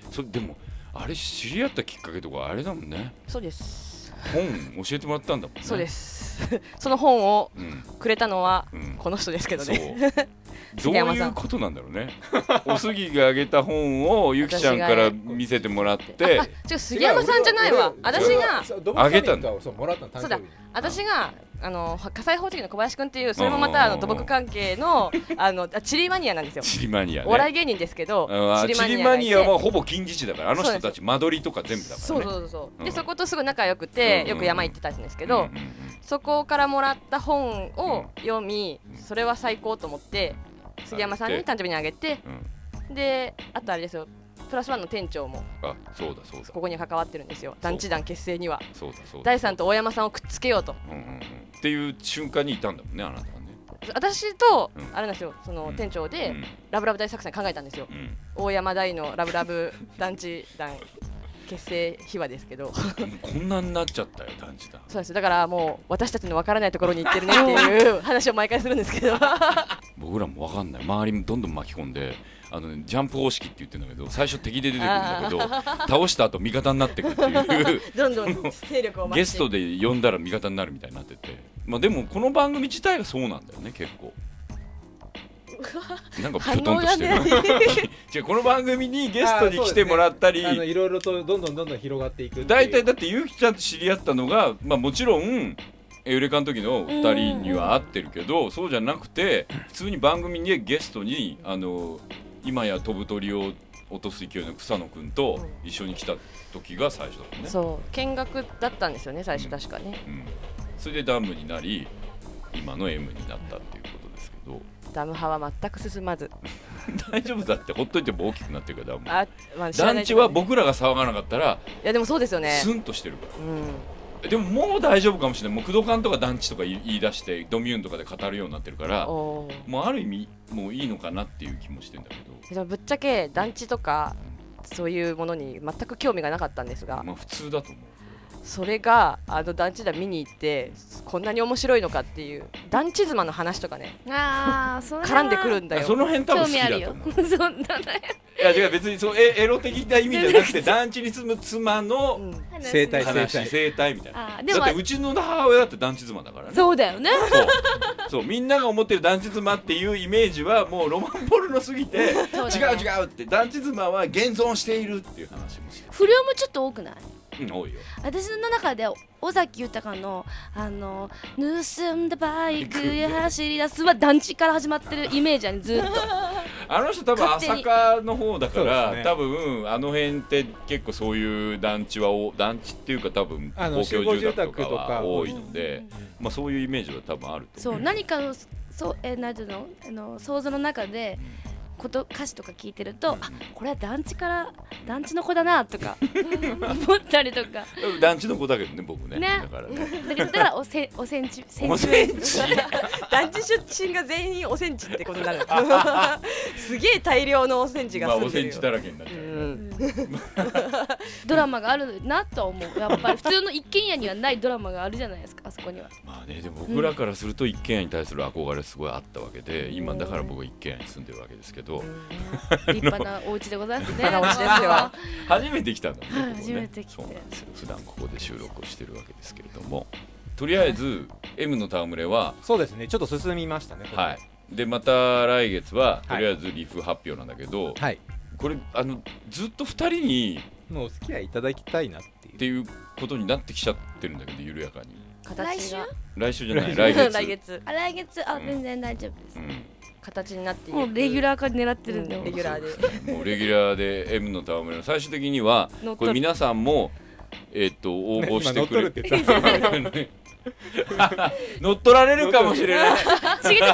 [SPEAKER 5] うん
[SPEAKER 2] それでもあれ知り合ったきっかけとかあれだもんね
[SPEAKER 5] そうです
[SPEAKER 2] 本教えてもらったんだもんね
[SPEAKER 5] そうですその本を
[SPEAKER 2] うん
[SPEAKER 5] くれたのは
[SPEAKER 2] うん
[SPEAKER 5] この人ですけど
[SPEAKER 2] そう
[SPEAKER 5] ね
[SPEAKER 2] どう
[SPEAKER 5] 杉山
[SPEAKER 2] い
[SPEAKER 5] さ
[SPEAKER 2] うんことなんだろうねおすぎがあげた本をゆきちゃんから見せてもらって
[SPEAKER 5] あ違う杉山さんじゃないわ私が
[SPEAKER 2] あげたんだ
[SPEAKER 3] そうもらったの誕
[SPEAKER 5] そ
[SPEAKER 3] 生
[SPEAKER 5] うだ
[SPEAKER 3] 日に
[SPEAKER 5] 私があの火災報知器の小林君っていうそれもまたあ
[SPEAKER 2] う
[SPEAKER 5] の
[SPEAKER 2] ん
[SPEAKER 5] 土木関係のあのあ地理マニアなんですよ。
[SPEAKER 2] チリマニア
[SPEAKER 5] お笑い
[SPEAKER 2] ね
[SPEAKER 5] 芸人ですけど
[SPEAKER 2] うんあ、チリマ
[SPEAKER 5] がい
[SPEAKER 2] ニ
[SPEAKER 5] て
[SPEAKER 2] アはほぼ近似値だからあの人たち間取りとか全部だからね
[SPEAKER 5] そうそうそうそう。
[SPEAKER 2] う
[SPEAKER 5] で
[SPEAKER 2] ん
[SPEAKER 5] そことすごい仲良くて
[SPEAKER 2] うん
[SPEAKER 5] よく山行ってたんですけ
[SPEAKER 2] うんう
[SPEAKER 5] ど
[SPEAKER 2] ん、うん
[SPEAKER 5] そこからもらった本を読み、それは最高と思って杉山さんに誕生日にあげて、
[SPEAKER 2] うん
[SPEAKER 5] であとあれですよ。プラスワンの店長も
[SPEAKER 2] あそうだそうだ
[SPEAKER 5] ここに関わってるんですよ団地団結成には
[SPEAKER 2] そうだそうだ
[SPEAKER 5] 第三と大山さんをくっつけようと
[SPEAKER 2] うんうんうんっていう瞬間にいたんだもんねあなたはね
[SPEAKER 5] 私と
[SPEAKER 2] うん
[SPEAKER 5] あれなんですよその
[SPEAKER 2] うん
[SPEAKER 5] 店長で
[SPEAKER 2] うん
[SPEAKER 5] ラブラブ大作戦考えたんですよ大山大のラブラブ団地団結成秘話ですけどそう
[SPEAKER 2] うん、もうこんなになっちゃったよ団地だ
[SPEAKER 5] なんですよだからもう私たちのわからないところに行ってるねっていう話を毎回するんですけど
[SPEAKER 2] 僕らも分かんない周りもどんどん巻き込んであのね、ジャンプ方式って言ってるんだけど最初敵で出てくるんだけど倒した後味方になってく っていう
[SPEAKER 5] どんどん勢力を増して
[SPEAKER 2] ゲストで呼んだら味方になるみたいになってて、まあ、でもこの番組自体がそうなんだよね結構。なんか
[SPEAKER 5] 反
[SPEAKER 2] プト
[SPEAKER 5] 応
[SPEAKER 2] ンとし
[SPEAKER 5] が
[SPEAKER 2] て
[SPEAKER 5] ね
[SPEAKER 2] る違うこの番組にゲストに来てもらったり、
[SPEAKER 3] あのいろいろとどんどんどんどん広がっていくっていう
[SPEAKER 2] 大体だってゆきちゃんと知り合ったのが、まあ、もちろんエウレカの時の2人には合ってるけど、そうじゃなくて普通に番組にゲストにあの今や飛ぶ鳥を落とす勢いの草野くんと一緒に来た時が最初だもんね。
[SPEAKER 5] そう見学だったんですよね最初確かね
[SPEAKER 2] うん、それでダムになり今の M になったっていうことですけ ど
[SPEAKER 5] ダム派は全く進まず
[SPEAKER 2] 大丈夫だってほっといても大きくなってるからダム。
[SPEAKER 5] あ、まあ、知らな
[SPEAKER 2] 団
[SPEAKER 5] いけ
[SPEAKER 2] 地
[SPEAKER 5] ど
[SPEAKER 2] は
[SPEAKER 5] ね
[SPEAKER 2] 僕らが騒がなかったら
[SPEAKER 5] いやでもそうですよね
[SPEAKER 2] スンとしてるから。
[SPEAKER 5] うん
[SPEAKER 2] でももう大丈夫かもしれないもう工藤館とか団地とか言い言い出してドミューンとかで語るようになってるから
[SPEAKER 5] おー
[SPEAKER 2] もうある意味もういいのかなっていう気もしてんだけど、
[SPEAKER 5] でもぶっちゃけ団地とかそういうものに全く興味がなかったんですが、
[SPEAKER 2] まあ普通だと思う
[SPEAKER 5] それがあの団地だ見に行ってこんなに面白いのかっていう団地妻の話とかね
[SPEAKER 4] ああそれは
[SPEAKER 5] 絡んでくるんだよ
[SPEAKER 2] その辺多分
[SPEAKER 4] 興
[SPEAKER 2] 好き
[SPEAKER 4] 味ある
[SPEAKER 2] だと
[SPEAKER 4] よ
[SPEAKER 2] 思う
[SPEAKER 4] そんなの
[SPEAKER 2] いや違う別にそうえエロ的な意味じゃなくて団地に住む妻
[SPEAKER 5] う
[SPEAKER 2] の
[SPEAKER 5] ん
[SPEAKER 3] 生態
[SPEAKER 2] 話生態みたいな
[SPEAKER 4] あーで
[SPEAKER 2] だ
[SPEAKER 4] も
[SPEAKER 2] ってうちの母親だって団地妻だからね
[SPEAKER 4] そうだよね
[SPEAKER 2] そうそうみんなが思ってる団地妻っていうイメージはもうロマンポルノすぎて、違
[SPEAKER 4] そううだね
[SPEAKER 2] 違うって団地妻は現存しているっていう話もして
[SPEAKER 4] 不良もちょっと多くない
[SPEAKER 2] る、うん、多いよ
[SPEAKER 4] 私の中で尾崎豊のあの盗んだバイクへ走り出すは団地から始まってるイメージやねずっと
[SPEAKER 2] あの人多分
[SPEAKER 4] 勝手
[SPEAKER 2] 朝
[SPEAKER 4] に
[SPEAKER 2] 霞の方だか
[SPEAKER 3] そう
[SPEAKER 2] ら、
[SPEAKER 3] ですね
[SPEAKER 2] 多分あの辺って結構そういう団地はお団地っていうか多分
[SPEAKER 3] あの
[SPEAKER 2] 公共住宅と
[SPEAKER 3] 集合住宅と
[SPEAKER 2] か
[SPEAKER 3] か
[SPEAKER 2] は多いので、まあそういうイメージは多分あると
[SPEAKER 4] そう何かのそうえなんていうのあの想像の中でこと歌詞とか聞いてると、あこれは団地から団地の子だなとか思ったりとか
[SPEAKER 2] 多分団地の子だけどね僕 ね
[SPEAKER 4] ね
[SPEAKER 2] だからね。
[SPEAKER 4] だからだからおせおせんちせ
[SPEAKER 2] おせん ち
[SPEAKER 5] 団地出身が全員おせんちってことになるすげえ大量のおせんちが
[SPEAKER 2] まあ
[SPEAKER 5] 住
[SPEAKER 2] お
[SPEAKER 5] んで
[SPEAKER 2] せ
[SPEAKER 5] る
[SPEAKER 2] ん
[SPEAKER 5] よ、
[SPEAKER 2] ちだらけになっちゃう、
[SPEAKER 5] うん、
[SPEAKER 4] ドラマがあるなとは思うやっぱり普通の一軒家にはないドラマがあるじゃないですかあそこには
[SPEAKER 2] まあねでも僕らからすると一軒家に対する憧れすごいあったわけで、今だから僕は一軒家に住んでるわけですけど、
[SPEAKER 4] 立派なお家でございますね
[SPEAKER 5] 立派なお家ですよ
[SPEAKER 2] 初めて来たんだねこ
[SPEAKER 4] はい
[SPEAKER 2] こね
[SPEAKER 4] 初めて来て
[SPEAKER 2] そうなんですよ普段ここで収録をしてるわけですけれどもとりあえず M の戯れは
[SPEAKER 3] そうですねちょっと進みましたね
[SPEAKER 2] はい、でまた来月はと
[SPEAKER 3] はい
[SPEAKER 2] りあえずリフ発表なんだけど、
[SPEAKER 3] はい
[SPEAKER 2] これあのずっと2人に
[SPEAKER 3] もうお付き合いいただきたいなっていう
[SPEAKER 2] っていうことになってきちゃってるんだけど緩やかに
[SPEAKER 4] 来
[SPEAKER 5] 形
[SPEAKER 4] 週
[SPEAKER 5] が
[SPEAKER 2] 来週じゃない
[SPEAKER 5] 来
[SPEAKER 2] 来
[SPEAKER 5] 月
[SPEAKER 2] 月
[SPEAKER 4] あ来月あ
[SPEAKER 2] うん
[SPEAKER 4] 全然大丈夫です、
[SPEAKER 2] う
[SPEAKER 5] 形になってい
[SPEAKER 4] もうレギュ
[SPEAKER 5] ー
[SPEAKER 4] ラー化狙ってるんで、
[SPEAKER 5] レギュラーで
[SPEAKER 2] ん、もうレギュラーで M の戯れの最終的には
[SPEAKER 4] 乗っ取る
[SPEAKER 2] これ皆さんもえっと応募し
[SPEAKER 3] 今乗
[SPEAKER 2] て
[SPEAKER 3] っ
[SPEAKER 2] く
[SPEAKER 3] 取る
[SPEAKER 2] れ
[SPEAKER 3] って言った
[SPEAKER 2] 乗っ取られるかもしれない
[SPEAKER 4] 違うち ょ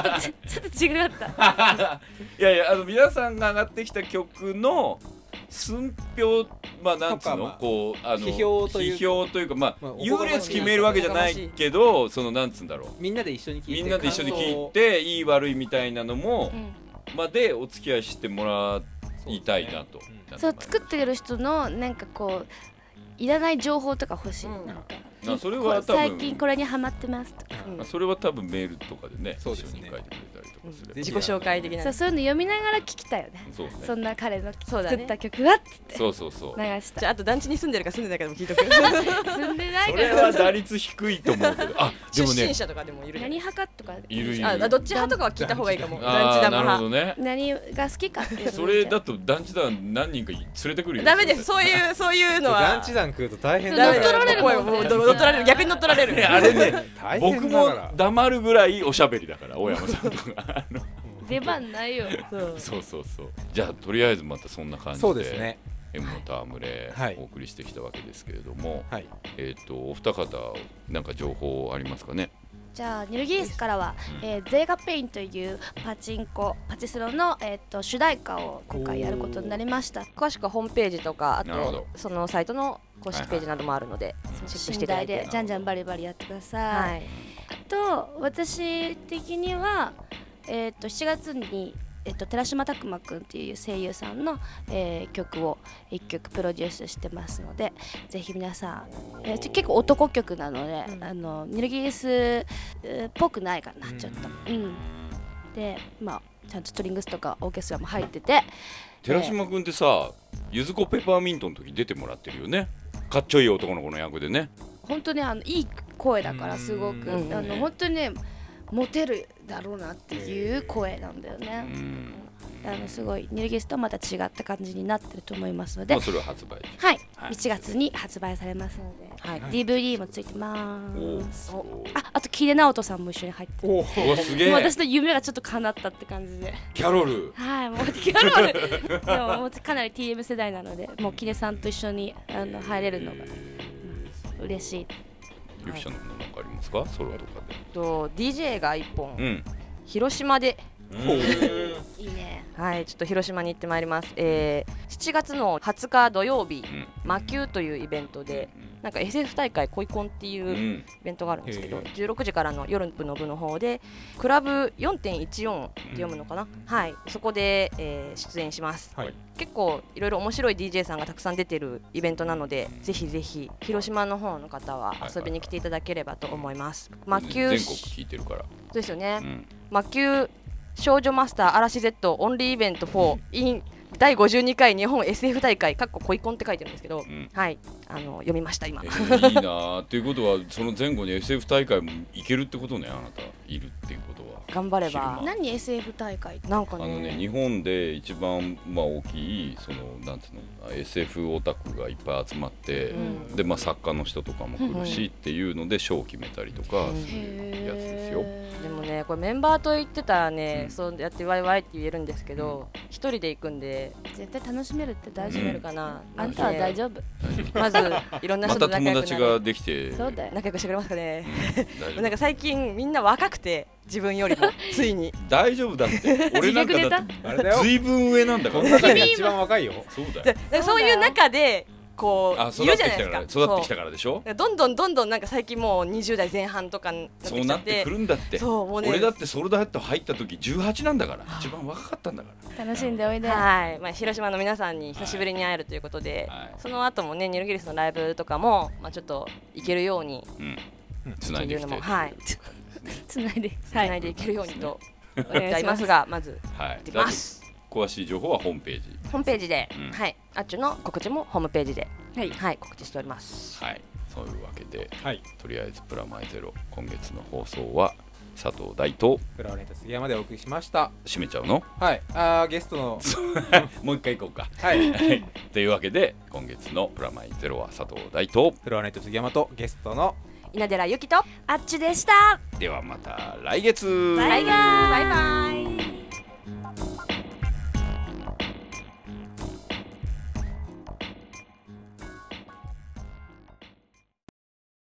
[SPEAKER 4] っとちょっと違かった
[SPEAKER 2] いやいやあの皆さんが上がってきた曲の寸評まあなんつう
[SPEAKER 3] と
[SPEAKER 2] の
[SPEAKER 3] か
[SPEAKER 2] こうあの
[SPEAKER 3] 批評というか
[SPEAKER 2] 批評というかま
[SPEAKER 3] まあ
[SPEAKER 2] あ優劣決めるわけじゃないけどそのなんつうんだろう
[SPEAKER 3] みんなで一緒に聞い
[SPEAKER 2] み
[SPEAKER 3] て
[SPEAKER 2] んなで一緒に
[SPEAKER 3] 感想
[SPEAKER 2] 聞い
[SPEAKER 3] を
[SPEAKER 2] ていい悪いみたいなのも
[SPEAKER 4] うん
[SPEAKER 2] までお付き合いしてもらいたいなと
[SPEAKER 3] そうですね。
[SPEAKER 4] そう作ってる人のなんかこういらない情報とか欲しい、
[SPEAKER 5] うん
[SPEAKER 4] なんか
[SPEAKER 2] あそれは
[SPEAKER 4] こ
[SPEAKER 2] 多分
[SPEAKER 4] 最近これにハマってますとか、
[SPEAKER 5] うん
[SPEAKER 2] まあそれは多分メールとかでね
[SPEAKER 3] そう
[SPEAKER 2] 一
[SPEAKER 3] で
[SPEAKER 2] 緒
[SPEAKER 3] すね
[SPEAKER 2] に書いてくれたりとかすれば
[SPEAKER 3] ぜひ
[SPEAKER 5] 自己紹介的な
[SPEAKER 4] そうそういうの読みながら聞きたいよね
[SPEAKER 2] そうね
[SPEAKER 4] そんな彼の
[SPEAKER 5] そ
[SPEAKER 4] 作
[SPEAKER 5] うだね
[SPEAKER 4] った曲はって
[SPEAKER 2] そうそうそう
[SPEAKER 4] 流した
[SPEAKER 5] じゃああと団地に住んでるか住んでないかでも聞いとく出
[SPEAKER 4] 進んでない
[SPEAKER 2] そ
[SPEAKER 4] か
[SPEAKER 2] れは
[SPEAKER 4] ら
[SPEAKER 2] 打率低いと思うけどあでもね
[SPEAKER 5] 身者とかでもいるじゃ
[SPEAKER 4] 何
[SPEAKER 5] ん
[SPEAKER 4] 派かとか
[SPEAKER 2] いるいる
[SPEAKER 5] あどっち派とかは聞いた方がいいかも団
[SPEAKER 2] あ
[SPEAKER 5] 地
[SPEAKER 2] あー
[SPEAKER 5] だ
[SPEAKER 2] なるほどね
[SPEAKER 5] 派
[SPEAKER 4] 何が好きかっていうの
[SPEAKER 2] それだと団地団何人か連れてくるよ
[SPEAKER 5] ダメですそういうそういうのは
[SPEAKER 3] ランチ団食うと大変
[SPEAKER 5] ダ
[SPEAKER 3] だ
[SPEAKER 5] メ
[SPEAKER 3] か
[SPEAKER 5] です
[SPEAKER 4] 乗っ取られる
[SPEAKER 5] も
[SPEAKER 4] も
[SPEAKER 5] うんもう乗っ取られる逆に乗っ取られる
[SPEAKER 2] あれね
[SPEAKER 3] 大
[SPEAKER 2] 僕
[SPEAKER 3] 変だ
[SPEAKER 2] も
[SPEAKER 3] から
[SPEAKER 2] 黙るぐらいおしゃべりだから大山さんとかあの
[SPEAKER 4] 出番ないよ
[SPEAKER 2] そ
[SPEAKER 5] そう
[SPEAKER 2] うそうそうじゃあとりあえずまたそんな感じで
[SPEAKER 3] そうですね
[SPEAKER 2] M の戯れ
[SPEAKER 3] はい
[SPEAKER 2] お送りしてきたわけですけれども、
[SPEAKER 3] はい
[SPEAKER 2] えっ、とお二方なんか情報ありますかね
[SPEAKER 4] じゃあニルギリスからは、えー、ゼーガペインというパチンコパチスロの、えー、と主題歌を今回やることになりました
[SPEAKER 5] 詳しくはホームページとかあ
[SPEAKER 2] なるほど
[SPEAKER 5] とそのサイトの公式ページなどもあるのでチェックして
[SPEAKER 4] 寝
[SPEAKER 5] いただ
[SPEAKER 4] 台
[SPEAKER 5] いて
[SPEAKER 4] でじゃんじゃんバリバリやってください、
[SPEAKER 5] はい
[SPEAKER 4] と私的には、えー、と7月に、えー、と寺島拓磨くんっていう声優さんの、えー曲を1曲プロデュースしてますのでぜひ皆さん、えーちょ結構男曲なので、
[SPEAKER 5] うん
[SPEAKER 4] あのニルギリスえーっぽくないかな
[SPEAKER 3] うん
[SPEAKER 4] ちょっと。うんでまあちゃんとストリングスとかオーケストラも入ってて
[SPEAKER 2] 寺島君ってさゆずこペパーミントの時出てもらってるよねかっちょいい男の子の役でね
[SPEAKER 4] 本当にあのいい声だからすごく
[SPEAKER 5] うん
[SPEAKER 4] あの本当にねモテるだろうなっていう声なんだよね。
[SPEAKER 2] うん
[SPEAKER 4] あのすごいニルギスとはまた違った感じになってると思いますので、
[SPEAKER 2] まあそれは発売中
[SPEAKER 4] はい、
[SPEAKER 2] はい
[SPEAKER 4] 1月に発売されますので、
[SPEAKER 5] はい、
[SPEAKER 4] DVD もついてま
[SPEAKER 2] お
[SPEAKER 4] ーす。
[SPEAKER 2] ーおー
[SPEAKER 4] あ、あと木出直人さんも一緒に入ってて。
[SPEAKER 2] うわすげ
[SPEAKER 4] もう
[SPEAKER 2] え
[SPEAKER 4] 私の夢がちょっと叶ったって感じで、
[SPEAKER 2] キャロル
[SPEAKER 4] はい、もうキャ ロル、でももうかなり TM 世代なので、もう木出さんと一緒にあの入れるのが嬉しい。
[SPEAKER 2] ゆきちゃんのもなんかありますかソロとかで
[SPEAKER 5] えっと DJ が一本、
[SPEAKER 2] うん
[SPEAKER 5] 広島で
[SPEAKER 4] いいね。
[SPEAKER 5] はいちょっと広島に行ってまいります、えー、7月の20日土曜日
[SPEAKER 2] うん
[SPEAKER 5] 魔球というイベントでなんか SF 大会恋コンっていううイ
[SPEAKER 2] ん
[SPEAKER 5] ベントがあるんですけど、
[SPEAKER 3] へ
[SPEAKER 5] 16時からの夜の部の部の方でクラブ4.14って読むのかな、はいそこで、えー出演します
[SPEAKER 3] はい
[SPEAKER 5] 結構いろいろ面白い DJ さんがたくさん出てるイベントなのでぜひぜひ広島の方の方はい
[SPEAKER 2] はい
[SPEAKER 5] 遊びに来ていただければと思います。魔
[SPEAKER 2] 全
[SPEAKER 5] 球
[SPEAKER 2] 国
[SPEAKER 5] そう
[SPEAKER 2] 聞いてるから
[SPEAKER 5] ですよ
[SPEAKER 2] う
[SPEAKER 5] ね。
[SPEAKER 2] ん
[SPEAKER 5] 魔球少女マスター嵐 Z オンリーイベント4 in 第52回日本 SF 大会かっこ恋コンって書いてるんですけど、
[SPEAKER 2] うん
[SPEAKER 5] はいあの読みました今
[SPEAKER 2] え。ーいいなーっていうことはその前後に SF 大会も行けるってことねあなたいるっていうことは
[SPEAKER 5] 頑張れば
[SPEAKER 2] 昼
[SPEAKER 4] 何 SF 大会って
[SPEAKER 5] なんか
[SPEAKER 2] あ
[SPEAKER 5] ね
[SPEAKER 2] のね日本で一番まあ大きいそのなんてうの SF オタクがいっぱい集まって、
[SPEAKER 5] うん
[SPEAKER 2] でまあ作家の人とかも来るしっていうので賞を決めたりとか
[SPEAKER 5] うん
[SPEAKER 2] するやつですよ。
[SPEAKER 5] でもねこれメンバーと言ってたらね、
[SPEAKER 2] うん
[SPEAKER 5] そうやってワイワイって言えるんですけど一、人で行くんで
[SPEAKER 4] 絶対楽しめるって大
[SPEAKER 5] 大
[SPEAKER 4] 事
[SPEAKER 5] 丈夫かな、
[SPEAKER 4] あんたは大丈夫
[SPEAKER 5] まずいろんな
[SPEAKER 2] ま
[SPEAKER 5] 人
[SPEAKER 2] た
[SPEAKER 5] と仲
[SPEAKER 2] 友
[SPEAKER 5] 良く
[SPEAKER 2] 達
[SPEAKER 5] な
[SPEAKER 2] が
[SPEAKER 5] る
[SPEAKER 2] できて
[SPEAKER 4] そうだよ
[SPEAKER 5] 仲良くしてくれますかね、
[SPEAKER 2] 大
[SPEAKER 5] な
[SPEAKER 2] 丈
[SPEAKER 5] んか
[SPEAKER 2] 夫
[SPEAKER 5] 最近みんな若くて自分よ りもついに
[SPEAKER 2] 大丈夫だって俺なんかだっ
[SPEAKER 3] あれだ
[SPEAKER 2] て
[SPEAKER 3] よ
[SPEAKER 2] 随分上なんだか
[SPEAKER 3] こ
[SPEAKER 2] ら
[SPEAKER 3] の中で一番若いよ
[SPEAKER 2] そうだ
[SPEAKER 5] で
[SPEAKER 2] よ
[SPEAKER 5] でそういう中でこ
[SPEAKER 2] あ
[SPEAKER 5] う
[SPEAKER 2] 育
[SPEAKER 5] い
[SPEAKER 2] って
[SPEAKER 5] るじゃ
[SPEAKER 2] き
[SPEAKER 5] ないで
[SPEAKER 2] た
[SPEAKER 5] す
[SPEAKER 2] か
[SPEAKER 5] から
[SPEAKER 2] 育ってき
[SPEAKER 5] そ
[SPEAKER 2] た
[SPEAKER 5] う
[SPEAKER 2] からでしょ
[SPEAKER 5] だからどんどんどんどんなんか最近もう20代前半とかになって
[SPEAKER 2] そう
[SPEAKER 5] きちゃ
[SPEAKER 2] な
[SPEAKER 5] っ
[SPEAKER 2] って
[SPEAKER 5] て
[SPEAKER 2] くるんだって
[SPEAKER 5] そうもうね
[SPEAKER 2] 俺だってソロダット入った時18なんだから一番若かったんだから
[SPEAKER 4] 楽しんでおいで。
[SPEAKER 5] はい、まあ、広島の皆さんに久しぶりに会えるということで、
[SPEAKER 2] はい
[SPEAKER 5] その後もねニルギリスのライブとかも、まあ、ちょっと行けるように
[SPEAKER 2] うん
[SPEAKER 3] うん
[SPEAKER 2] つ
[SPEAKER 5] と
[SPEAKER 2] ない
[SPEAKER 5] い
[SPEAKER 2] で
[SPEAKER 5] う
[SPEAKER 2] き
[SPEAKER 5] の
[SPEAKER 2] て
[SPEAKER 5] もはい
[SPEAKER 4] つないで。
[SPEAKER 5] つないでいけるようにと思ってありますがまず
[SPEAKER 2] はい
[SPEAKER 5] 行ってきます
[SPEAKER 2] 詳しい情報はホームページ
[SPEAKER 5] ホームページで、
[SPEAKER 2] うん
[SPEAKER 5] はいあっちゅの告知もホームページで
[SPEAKER 4] は
[SPEAKER 5] はい告知しております
[SPEAKER 2] はいそういうわけで
[SPEAKER 3] はい
[SPEAKER 2] とりあえずプラマイゼロ今月の放送は佐藤大と
[SPEAKER 3] フラワーレンタ杉山でお送りしました
[SPEAKER 2] 締めちゃうの
[SPEAKER 3] はいあーゲストの
[SPEAKER 2] もう一回行こうか
[SPEAKER 3] はい
[SPEAKER 2] はいというわけで今月のプラマイゼロは佐藤大と
[SPEAKER 3] フロアネット杉山とゲストの
[SPEAKER 5] 稲寺ゆきと
[SPEAKER 4] あっちでした。
[SPEAKER 2] ではまた来月
[SPEAKER 4] バイバイ。
[SPEAKER 5] バイバイ